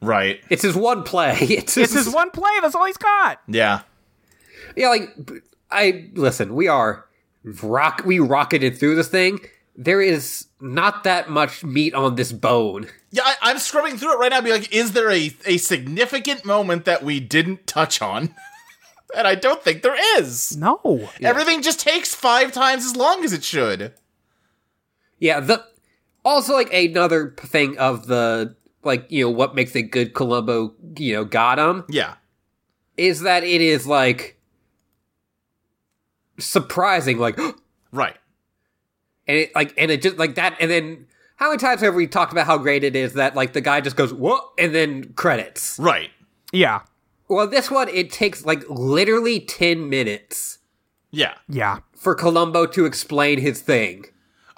S3: Right.
S2: It's his one play. [laughs] It's his,
S4: It's his one play. That's all he's got.
S3: Yeah.
S2: Yeah, like b- I listen. We are rock. We rocketed through this thing. There is not that much meat on this bone.
S3: Yeah, I, I'm scrubbing through it right now. Be like, is there a, a significant moment that we didn't touch on? [laughs] and I don't think there is.
S4: No.
S3: Everything just takes five times as long as it should.
S2: Yeah. The also like another p- thing of the like you know what makes a good Columbo you know got
S3: Yeah.
S2: is that it is like surprising like [gasps] and
S3: Right.
S2: it like and it just like that and then how many times have we talked about how great it is that like the guy just goes whoa and then credits
S3: Right.
S4: Yeah.
S2: Well, this one it takes like literally ten minutes
S3: Yeah.
S4: Yeah.
S2: for Columbo to explain his thing.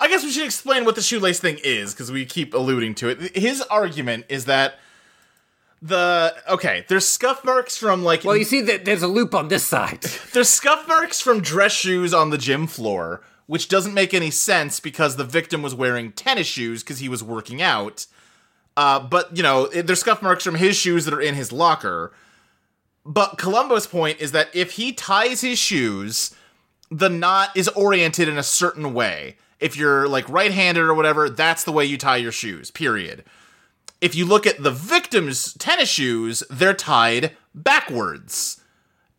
S3: I guess we should explain what the shoelace thing is because we keep alluding to it. His argument is that the okay, there's scuff marks from like
S2: Well, you see that there's a loop on this side. [laughs]
S3: there's scuff marks from dress shoes on the gym floor, which doesn't make any sense because the victim was wearing tennis shoes because he was working out. Uh, but you know, it- there's scuff marks from his shoes that are in his locker. But Columbo's point is that if he ties his shoes, the knot is oriented in a certain way. If you're like right-handed or whatever, that's the way you tie your shoes. Period. If you look at the victim's tennis shoes, they're tied backwards.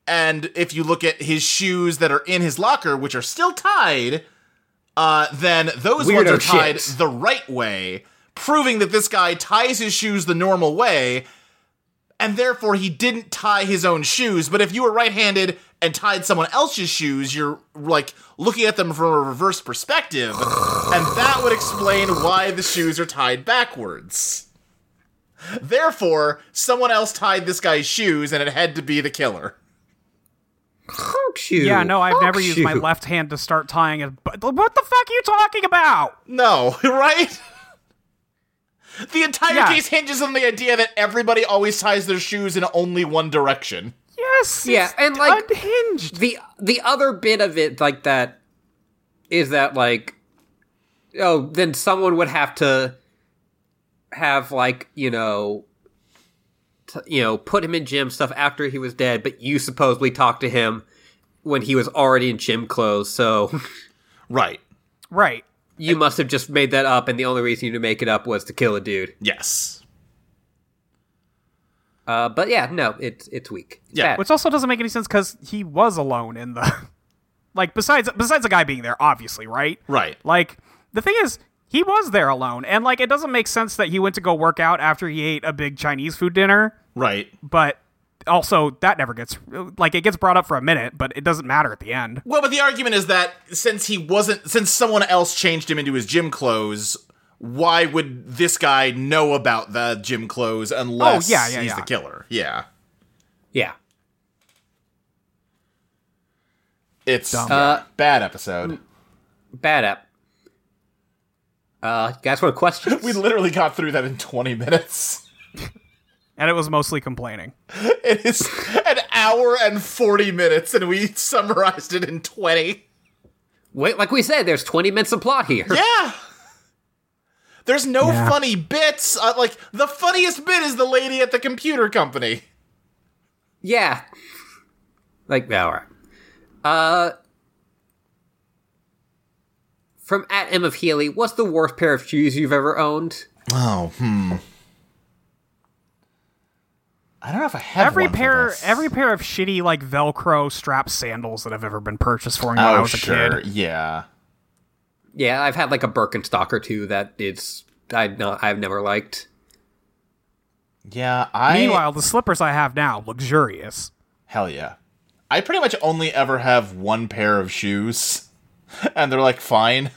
S3: And if you look at his shoes that are in his locker, which are still tied, uh, then those ones
S2: Weirdo
S3: are tied
S2: shit.
S3: the right way, proving that this guy ties his shoes the normal way, and therefore he didn't tie his own shoes. But if you were right handed and tied someone else's shoes, you're like looking at them from a reverse perspective, and that would explain why the shoes are tied backwards. Therefore, someone else tied this guy's shoes and it had to be the killer.
S4: Yeah. No, I've never used my left hand to start tying a. But what the fuck are you talking about?
S3: No, [laughs] right? The entire
S4: Yeah.
S3: case hinges on the idea that everybody always ties their shoes in only one direction.
S4: Yes.
S2: Yeah,
S4: it's
S2: and, like-
S4: unhinged.
S2: the the other bit of it like that is that like oh then someone would have to have like you know t- you know put him in gym stuff after he was dead but you supposedly talked to him when he was already in gym clothes so [laughs]
S3: Right.
S4: Right.
S2: you must have just made that up and the only reason you to make it up was to kill a dude
S3: Yes.
S2: uh but yeah no it's it's weak It's
S3: Yeah,
S2: bad.
S4: Which also doesn't make any sense because he was alone in [laughs] the, like besides besides the guy being there, obviously, right?
S3: Right.
S4: Like the thing is, He was there alone, and like it doesn't make sense that he went to go work out after he ate a big Chinese food dinner.
S3: Right.
S4: But also, that never gets like it gets brought up for a minute, but it doesn't matter at the end.
S3: Well, but the argument is that since he wasn't, since someone else changed him into his gym clothes, why would this guy know about the gym clothes unless
S4: yeah, yeah,
S3: he's
S4: yeah.
S3: the killer? Yeah.
S2: Yeah.
S3: It's
S4: Dumb.
S2: Uh,
S3: bad episode.
S2: Bad app. Uh, you guys want questions?
S3: We literally got through that in 20 minutes.
S4: And it was mostly complaining.
S3: It is an hour and 40 minutes, and we summarized it in 20.
S2: Wait, like we said, there's 20 minutes of plot here.
S3: Yeah! There's no
S4: Yeah.
S3: funny bits. Uh, like, the funniest bit is the lady at the computer company.
S2: Yeah. Like, yeah, all right. Uh, from at M of Healy, what's the worst pair of shoes you've ever owned?
S3: Oh, hmm. I don't know if I have
S4: Every
S3: one for
S4: pair,
S3: this.
S4: every pair of shitty like Velcro strap sandals that have ever been purchased for me when I
S3: Oh,
S4: was a
S3: sure.
S4: kid.
S3: Yeah.
S2: Yeah, I've had like a Birkenstock or two that it's I not I've never liked.
S3: Yeah, I.
S4: Meanwhile, the slippers I have now luxurious.
S3: Hell yeah. I pretty much only ever have one pair of shoes, [laughs] and they're like fine.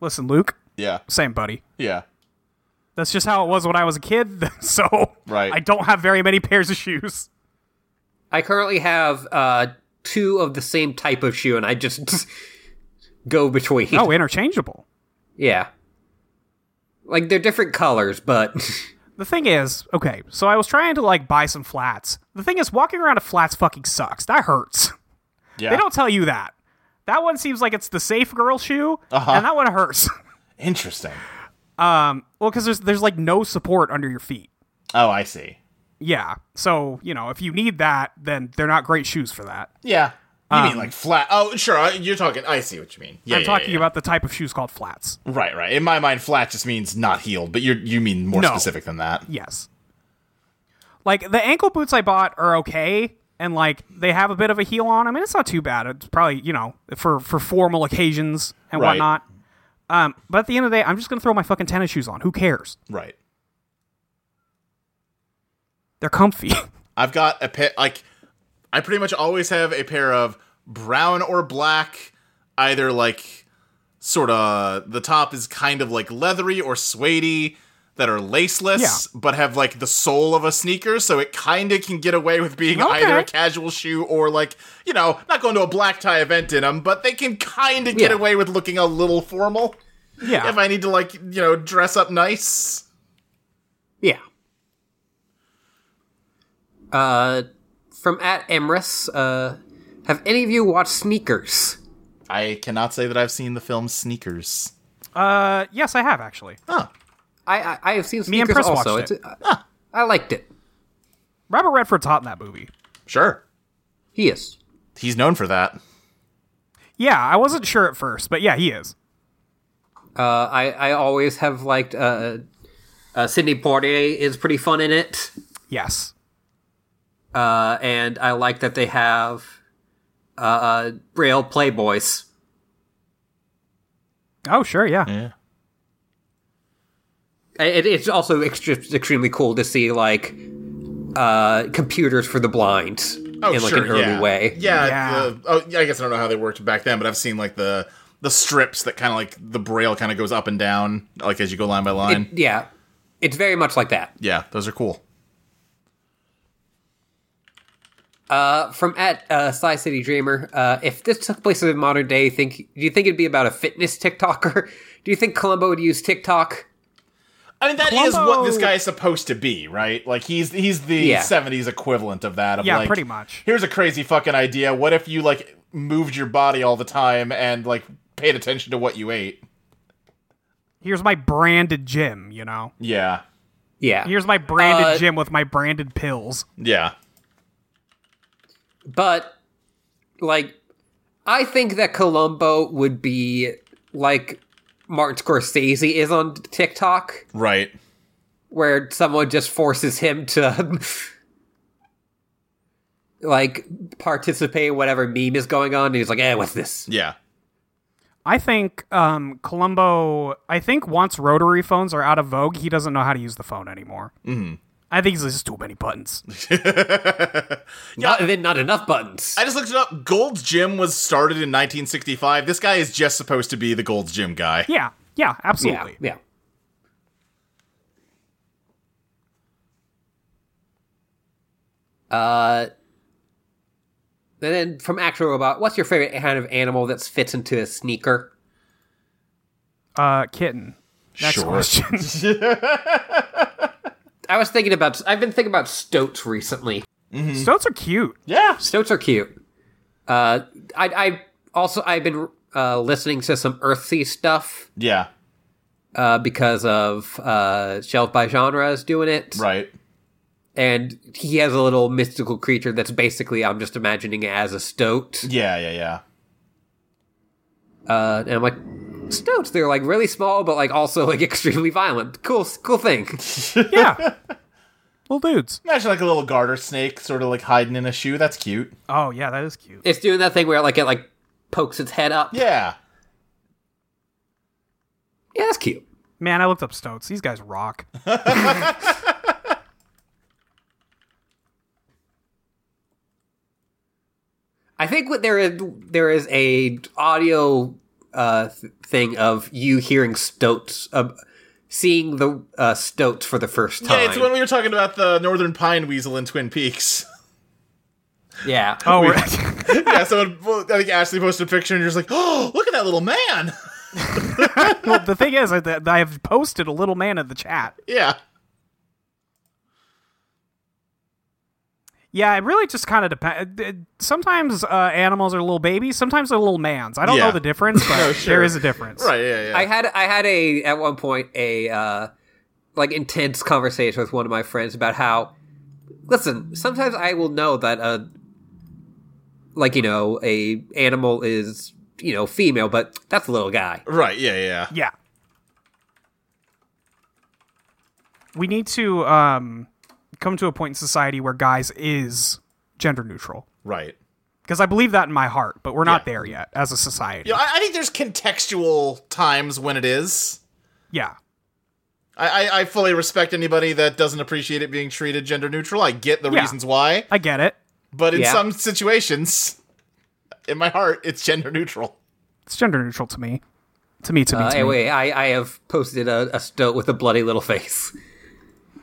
S4: Listen, Luke,
S3: Yeah,
S4: same buddy.
S3: yeah.
S4: That's just how it was when I was a kid. [laughs] So
S3: Right.
S4: I don't have very many pairs of shoes.
S2: I currently have uh two of the same type of shoe, and I just [laughs] go between.
S4: No, interchangeable.
S2: yeah, like they're different colors, but [laughs]
S4: The thing is, okay, so I was trying to like buy some flats. The thing is, walking around a flats fucking sucks. That hurts.
S3: Yeah.
S4: They don't tell you that. That one seems like it's the safe girl shoe,
S3: Uh-huh.
S4: and that one hurts. [laughs]
S3: Interesting.
S4: um, well, because there's there's like no support under your feet.
S3: Oh, I see.
S4: Yeah, so you know if you need that, then they're not great shoes for that.
S3: Yeah. You mean like flat? Oh, sure. I- You're talking. I see what you mean. Yeah,
S4: Um, I'm
S3: yeah,
S4: talking
S3: yeah, yeah.
S4: about the type of shoes called flats.
S3: Right, right. In my mind, flat just means not healed, but you you mean more
S4: No.
S3: specific than that.
S4: Yes. Like the ankle boots I bought are okay, and like they have a bit of a heel on. I mean, it's not too bad. It's probably you know for for formal occasions and
S3: Right.
S4: whatnot. Um, but at the end of the day, I'm just gonna throw my fucking tennis shoes on. Who cares?
S3: Right.
S4: They're comfy. [laughs]
S3: I've got a pair. Like, I pretty much always have a pair of brown or black, either like sort of the top is kind of like leathery or suedey that are laceless,
S4: Yeah.
S3: but have like the sole of a sneaker, so it kind of can get away with being
S4: Okay.
S3: either a casual shoe or like you know not going to a black tie event in them, but they can kind of get
S2: Yeah.
S3: away with looking a little formal
S4: yeah.
S3: if I need to like you know dress up nice.
S2: yeah. Uh, from at Emrys, uh, have any of you watched Sneakers?
S3: I cannot say that I've seen the film Sneakers.
S4: uh, yes, I have actually.
S3: Huh.
S2: I I, I have seen
S4: Me and
S2: Sneakers
S4: Press
S2: also.
S4: watched
S2: It's- I- I liked it.
S4: Robert Redford's hot in that movie.
S3: Sure.
S2: He is.
S3: He's known for that.
S4: Yeah, I wasn't sure at first, but yeah, he is.
S2: Uh, I I always have liked uh, uh, Sydney Poitier is pretty fun in it,
S4: Yes.
S2: uh, and I like that they have uh, uh, Braille Playboys.
S4: Oh sure, yeah.
S3: Yeah.
S2: It, it's also extra, extremely cool to see like uh, computers for the blind
S4: Oh,
S2: in like an early
S3: Oh, yeah.
S2: way.
S3: Yeah.
S4: Yeah.
S3: the- oh, yeah, I guess I don't know how they worked back then, but I've seen like the the strips that kind of like the braille kind of goes up and down, like as you go line by line.
S2: It- yeah, it's very much like that.
S3: yeah, those are cool.
S2: Uh, from at uh, Sly City Dreamer, uh, if this took place in modern day, think do you think it'd be about a fitness TikToker? [laughs] do you think Columbo would use TikTok?
S3: I mean, that is
S4: Columbo-
S3: what this guy is supposed to be, right? Like he's he's the
S2: Yeah.
S3: '70s equivalent of that. Of
S4: Yeah,
S3: like,
S4: pretty much.
S3: Here's a crazy fucking idea. What if you like moved your body all the time and like paid attention to what you ate?
S4: Here's my branded gym, you know.
S3: Yeah.
S2: Yeah,
S4: Here's my branded
S2: Uh,
S4: gym with my branded pills.
S3: Yeah.
S2: but like I think that Columbo would be like Martin Scorsese is on TikTok,
S3: Right.
S2: where someone just forces him to [laughs] like participate in whatever meme is going on, and he's like, "Eh, what's this?"
S3: Yeah.
S4: I think um, Columbo. I think once rotary phones are out of vogue, he doesn't know how to use the phone anymore. Mm-hmm. I think there's just too many
S3: [laughs]
S4: buttons.
S2: Not, and then not enough buttons.
S3: I just looked it up. Gold's Gym was started in 1965. This guy is just supposed to be the Gold's Gym guy.
S4: yeah,
S2: yeah,
S4: yeah, absolutely.
S2: yeah. Uh, and then from actual robot, what's your favorite kind of animal that fits into a sneaker?
S4: Uh, kitten. Next
S3: Sure. [laughs]
S4: question.
S2: I was thinking about. I've been thinking about stoats recently.
S3: Mm-hmm.
S4: Stoats are cute.
S3: Yeah.
S2: Stoats are cute. Uh, I, I also I've been uh, listening to some Earthsea stuff
S3: Yeah.
S2: uh, because of uh, Shelf by Genre is doing it,
S3: Right.
S2: and he has a little mystical creature that's basically I'm just imagining it as a stoat.
S3: Yeah, yeah, yeah.
S2: Uh, and I'm like, stoats. They're like really small, but like also like [laughs] extremely violent. Cool, cool thing.
S3: [laughs]
S4: Yeah. Little dudes.
S3: Imagine like a little garter snake sort of like hiding in a shoe. That's cute.
S4: Oh yeah, that is cute.
S2: It's doing that thing where like it like pokes its head up.
S3: Yeah.
S2: yeah that's cute.
S4: Man, I looked up Stoats. These
S3: [laughs]
S4: guys rock.
S2: I think what there is there is a audio uh, th- thing of you hearing stoats, uh, seeing the uh, stoats for the first time.
S3: Yeah, it's when we were talking about the northern pine weasel in Twin Peaks. [laughs]
S2: Yeah.
S4: Oh, we're-
S3: yeah, someone, well, I think Ashley posted a picture and you're just like, oh, look at that little man.
S4: [laughs]
S3: [laughs]
S4: well, the thing is, I, I have posted a little man in the chat.
S3: yeah.
S4: Yeah, it really just kind of depends. Sometimes uh, animals are little babies. Sometimes they're little mans. I don't
S3: Yeah.
S4: know
S3: [laughs]
S4: the difference, but
S3: sure.
S4: there is a difference.
S3: Right, yeah, yeah.
S2: I had I had a at one point a uh, like intense conversation with one of my friends about how listen sometimes I will know that a like you know a animal is you know female but that's a little guy
S3: right, yeah, yeah.
S4: Yeah. We need to um, come to a point in society where guys is gender neutral
S3: Right.
S4: because I believe that in my heart, but we're not
S3: Yeah.
S4: there yet as a society.
S3: Yeah, I, I think there's contextual times when it is.
S4: yeah.
S3: I, I, I fully respect anybody that doesn't appreciate it being treated gender neutral. I get the
S4: Yeah.
S3: reasons why,
S4: I get it.
S3: but in
S2: Yeah.
S3: some situations, in my heart, it's gender neutral.
S4: It's gender neutral to me. To me, to me,
S2: uh,
S4: to me.
S2: anyway I, I have posted a, a stoat with a bloody little face [laughs]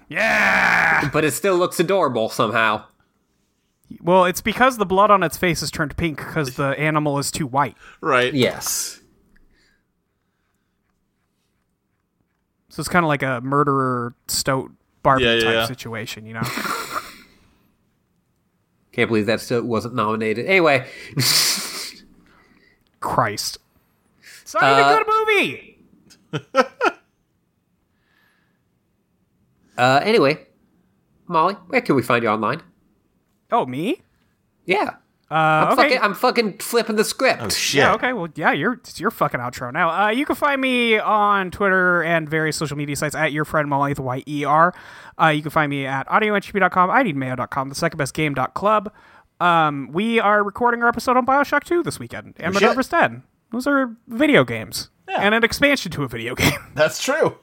S4: Yeah.
S2: but it still looks adorable somehow
S4: Well, it's because the blood on its face is turned pink because the animal is too white.
S3: Right.
S2: yes
S4: So it's kind of like a murderer stoat Barbie
S3: Yeah, yeah,
S4: type
S3: yeah.
S4: situation, you know? [laughs]
S2: can't believe that stoat wasn't nominated anyway
S4: Christ. It's not even a good movie.
S2: uh, anyway Molly where can we find you online
S4: Oh, me?
S2: yeah
S4: Uh,
S2: I'm
S4: okay.
S2: fucking, I'm fucking flipping the script.
S3: Shit.
S4: yeah, okay. Well, yeah, you're it's your fucking outro now. Uh, you can find me on Twitter and various social media sites at your friend Molly with Y E R. Uh, you can find me at audioentropy.com, ideedmayo.com, the second best game.club. Um, we are recording our episode on Bioshock 2 this weekend and
S3: Oh, shit.
S4: Modern Vs 10. Those are video games and an expansion to a video [laughs] game.
S3: That's true.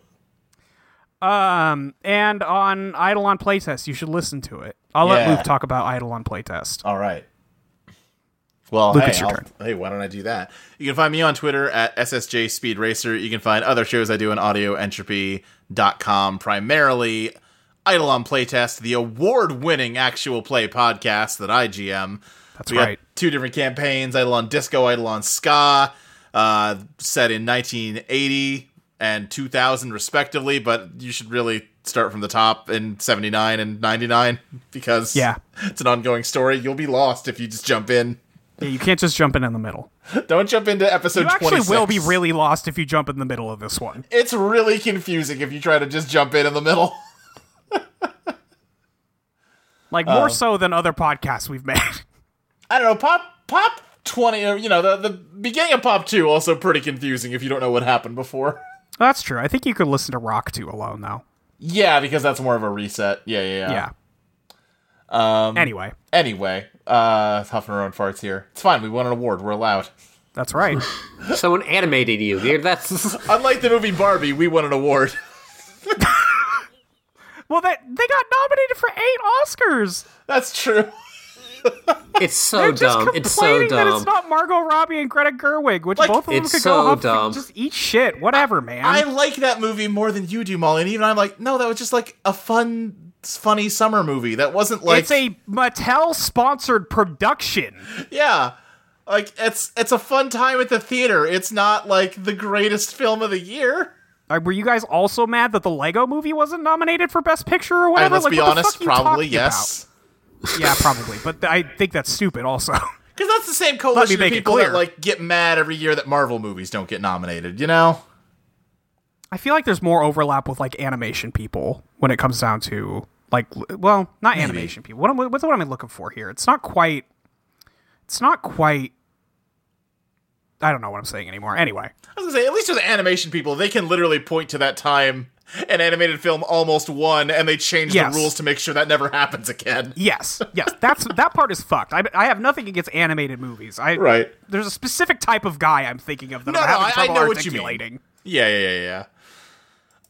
S4: Um, and on Idle on Playtest, you should listen to it. I'll let
S3: Yeah.
S4: Luke talk about Idle on Playtest.
S3: All right. Well,
S4: Luke,
S3: hey,
S4: it's your
S3: I'll-
S4: turn.
S3: hey, why don't I do that? You can find me on Twitter at SSJ Speed Racer. You can find other shows I do on audioentropy.com, primarily Idle on Playtest, the award winning actual play podcast that I GM.
S4: That's
S3: we
S4: right.
S3: got two different campaigns Idle on Disco, Idle on Ska, uh, set in 1980 and 2000, respectively, but you should really start from the top in 79 and 99 because
S4: Yeah.
S3: [laughs] it's an ongoing story. You'll be lost if you just jump in.
S4: Yeah, you can't just jump in in the middle.
S3: Don't jump into episode
S4: You actually
S3: 26.
S4: will be really lost if you jump in the middle of this one.
S3: It's really confusing if you try to just jump in in the middle. [laughs]
S4: Like more so than other podcasts we've made. [laughs]
S3: I don't know, pop pop 20, or, you know, the, the beginning of pop 2 also pretty confusing if you don't know what happened before. [laughs]
S4: That's true. I think you could listen to Rock 2 alone though.
S3: Yeah, because that's more of a reset. Yeah, yeah, yeah.
S4: Yeah. Um anyway.
S3: Anyway, uh, huffing our own farts here. It's fine. We won an award. We're allowed. [laughs]
S4: That's right.
S2: Someone animated you, dude. That's [laughs]
S3: Unlike the movie Barbie, we won an
S4: [laughs]
S3: award.
S4: well, they, they got nominated for eight Oscars.
S3: That's true.
S2: it's so
S4: They're just
S2: dumb.
S4: complaining
S2: It's so
S4: that it's
S2: dumb.
S4: not Margot Robbie and Greta Gerwig, which
S3: Like,
S4: both of them
S2: it's
S4: could go
S2: so
S4: up
S2: dumb.
S4: just eat shit. Whatever, man.
S3: I like that movie more than you do, Molly. And even I'm like, no, that was just like a fun, funny summer movie. That wasn't like,
S4: it's a Mattel sponsored production.
S3: yeah, like it's it's a fun time at the theater. It's not like the greatest film of the year.
S4: Uh, were you guys also mad that the Lego movie wasn't nominated for Best Picture or
S3: And
S4: whatever?
S3: let's
S4: Like,
S3: be
S4: what the
S3: honest,
S4: fuck are you talking
S3: probably yes.
S4: about? yeah, probably. But th- I think that's stupid also. [laughs]
S3: Because that's the same coalition of
S4: make it
S3: people that
S4: clear.
S3: like get mad every year that Marvel movies don't get nominated. You know,
S4: I feel like there's more overlap with like animation people when it comes down to like l- well, not animation people. What am, what's what am I looking for here? It's not quite. It's not quite. I don't know what I'm saying anymore. Anyway,
S3: I was gonna say at least with animation people, they can literally point to that time an animated film almost won, and they changed
S4: Yes.
S3: the rules to make sure that never [laughs] happens again.
S4: yes, yes, that's that part is fucked. I, I have nothing against animated movies. I
S3: Right.
S4: There's a specific type of guy I'm thinking of that
S3: No,
S4: I'm
S3: no,
S4: having
S3: I- I
S4: trouble
S3: know what you mean.
S4: articulating.
S3: Yeah, yeah, yeah,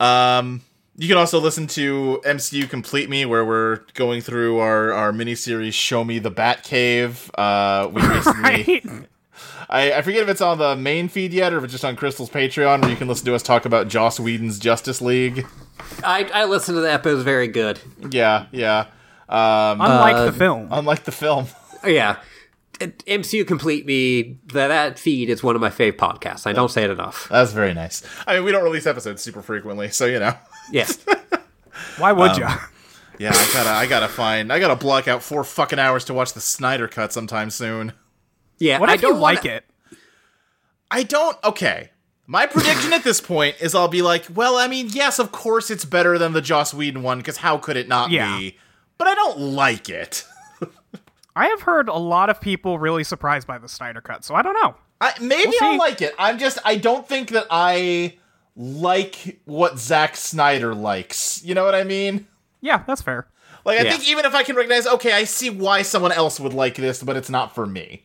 S3: yeah. Um, you can also listen to MCU Complete Me, where we're going through our our miniseries "Show Me the Batcave." Uh,
S4: [laughs]
S3: we recently,
S4: Right?
S3: I, I forget if it's on the main feed yet or if it's just on Crystal's Patreon, where you can listen to us talk about Joss Whedon's Justice League.
S2: I, I listened to that. It was very good.
S3: Yeah, yeah. Um,
S4: [laughs] Unlike
S2: Uh,
S4: the film,
S3: unlike the film.
S2: Yeah. It- MCU Complete Me, that, that feed is one of my fave podcasts. I don't say it enough.
S3: That's very nice. I mean, we don't release episodes super frequently, so you know.
S4: [laughs]
S2: Yes.
S4: why would
S3: um,
S4: ya?
S3: [laughs] Yeah, I gotta, I gotta find, I gotta block out four fucking hours to watch the Snyder Cut sometime soon.
S2: Yeah.
S4: What if
S2: I don't
S4: you like
S2: wanna-
S4: it?
S3: I don't. Okay. My prediction at this point is I'll be like, well, I mean, yes, of course it's better than the Joss Whedon one because how could it not
S4: Yeah.
S3: be? But I don't like it.
S4: I have heard a lot of people really surprised by the Snyder Cut, so I don't know.
S3: I, maybe
S4: We'll
S3: I'll
S4: see.
S3: like it. I'm just, I don't think that I like what Zack Snyder likes. You know what I mean?
S4: Yeah, that's fair.
S3: Like, I
S2: Yeah.
S3: think even if I can recognize, okay, I see why someone else would like this, but it's not for me.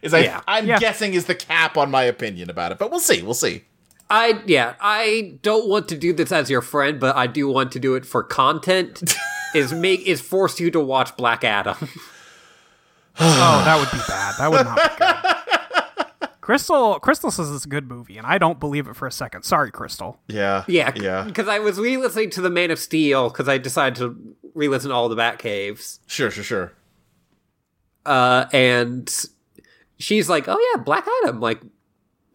S3: Is I,
S2: Yeah.
S3: I'm
S4: Yeah.
S3: guessing is the cap on my opinion about it, but we'll see. We'll see.
S2: I yeah, I don't want to do this as your friend, but I do want to do it for
S4: [laughs]
S2: content. is make is force you to watch Black Adam. [laughs]
S4: Oh, that would be bad. That would not be good. Crystal Crystal says it's a good movie, and I don't believe it for a second. Sorry, Crystal.
S3: Yeah.
S2: yeah,
S3: Yeah.
S2: Because I was re-listening to the Man of Steel because I decided to re-listen to all the Batcaves,
S3: Sure, sure, sure.
S2: uh, and she's like, "Oh yeah, Black Adam." Like,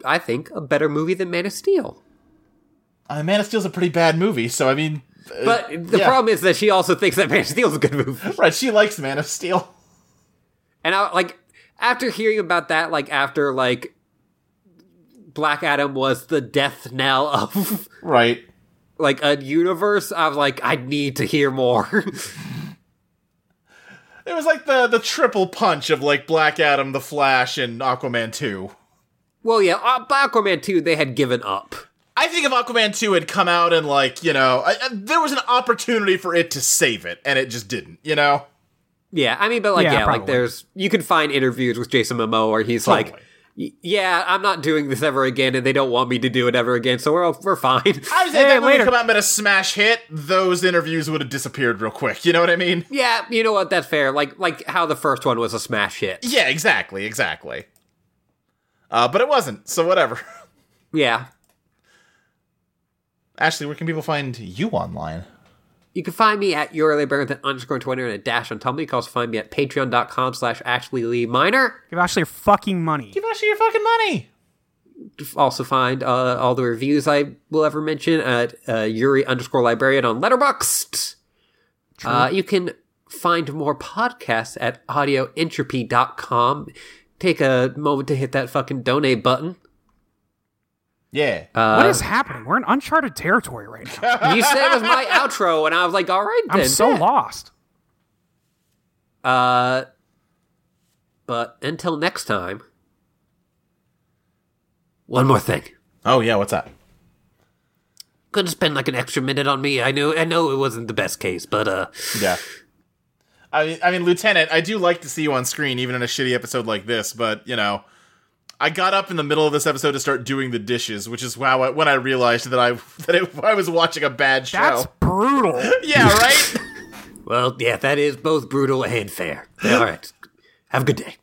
S2: I think a better movie than Man of Steel.
S3: Uh, Man of Steel's a pretty bad movie, so I mean, uh,
S2: But the
S3: yeah.
S2: problem is that she also thinks that [laughs] Man of Steel is a good movie.
S3: right? She likes Man of Steel. [laughs]
S2: And I like after hearing about that, like after like Black Adam was the death knell of [laughs]
S3: Right.
S2: like a universe, I was like, I need to hear more. [laughs]
S3: It was like the the triple punch of like Black Adam, The Flash, and Aquaman two.
S2: well, yeah, uh, by Aquaman two, they had given up.
S3: I think if Aquaman two had come out and like you know, I, I- there was an opportunity for it to save it, and it just didn't. You know.
S2: Yeah, I mean, but like,
S4: Yeah,
S2: yeah, like
S4: probably.
S2: there's you can find interviews with Jason Momoa where he's like.
S3: Totally.
S2: "Y- Yeah, I'm not doing this ever again, and they don't want me to do it ever again, so we're we're fine.
S3: [laughs] I was saying
S4: Hey,
S3: if that movie
S4: later.
S3: come out and been a smash hit, those interviews would have disappeared real quick. You know what I mean?
S2: [laughs] yeah, you know what? That's fair. Like like how the first one was a smash hit.
S3: Yeah, exactly, exactly. Uh, but it wasn't, so whatever. [laughs]
S2: Yeah,
S3: Ashley, where can people find you online?
S2: You can find me at your early birth at underscore on Twitter and a dash on Tumblr. You can also find me at patreon.com slash Ashley Lee Minor.
S4: Give Ashley your fucking money.
S3: Give Ashley your fucking money.
S2: Also find uh, all the reviews I will ever mention at uh, Yuri underscore librarian on Letterboxd. Uh, you can find more podcasts at audioentropy.com. Take a moment to hit that fucking donate button.
S3: Yeah.
S4: what is happening? We're in uncharted territory right now.
S2: You said it was
S4: [laughs]
S2: my outro, and I was like, all right then.
S4: I'm so
S2: yeah.
S4: lost.
S2: Uh, but until next time, one more thing.
S3: oh yeah, what's that?
S2: Couldn't spend like an extra minute on me. I knew, I know it wasn't the best case, but uh,
S3: Yeah. I mean, I mean, Lieutenant, I do like to see you on screen, even in a shitty episode like this. But you know, I got up in the middle of this episode to start doing the dishes, which is wow when I realized that I [laughs] that it, I was watching a bad show.
S4: That's brutal.
S3: yeah,
S4: [laughs]
S3: right.
S2: Well, yeah, that is both brutal and fair. All right. Have a good day.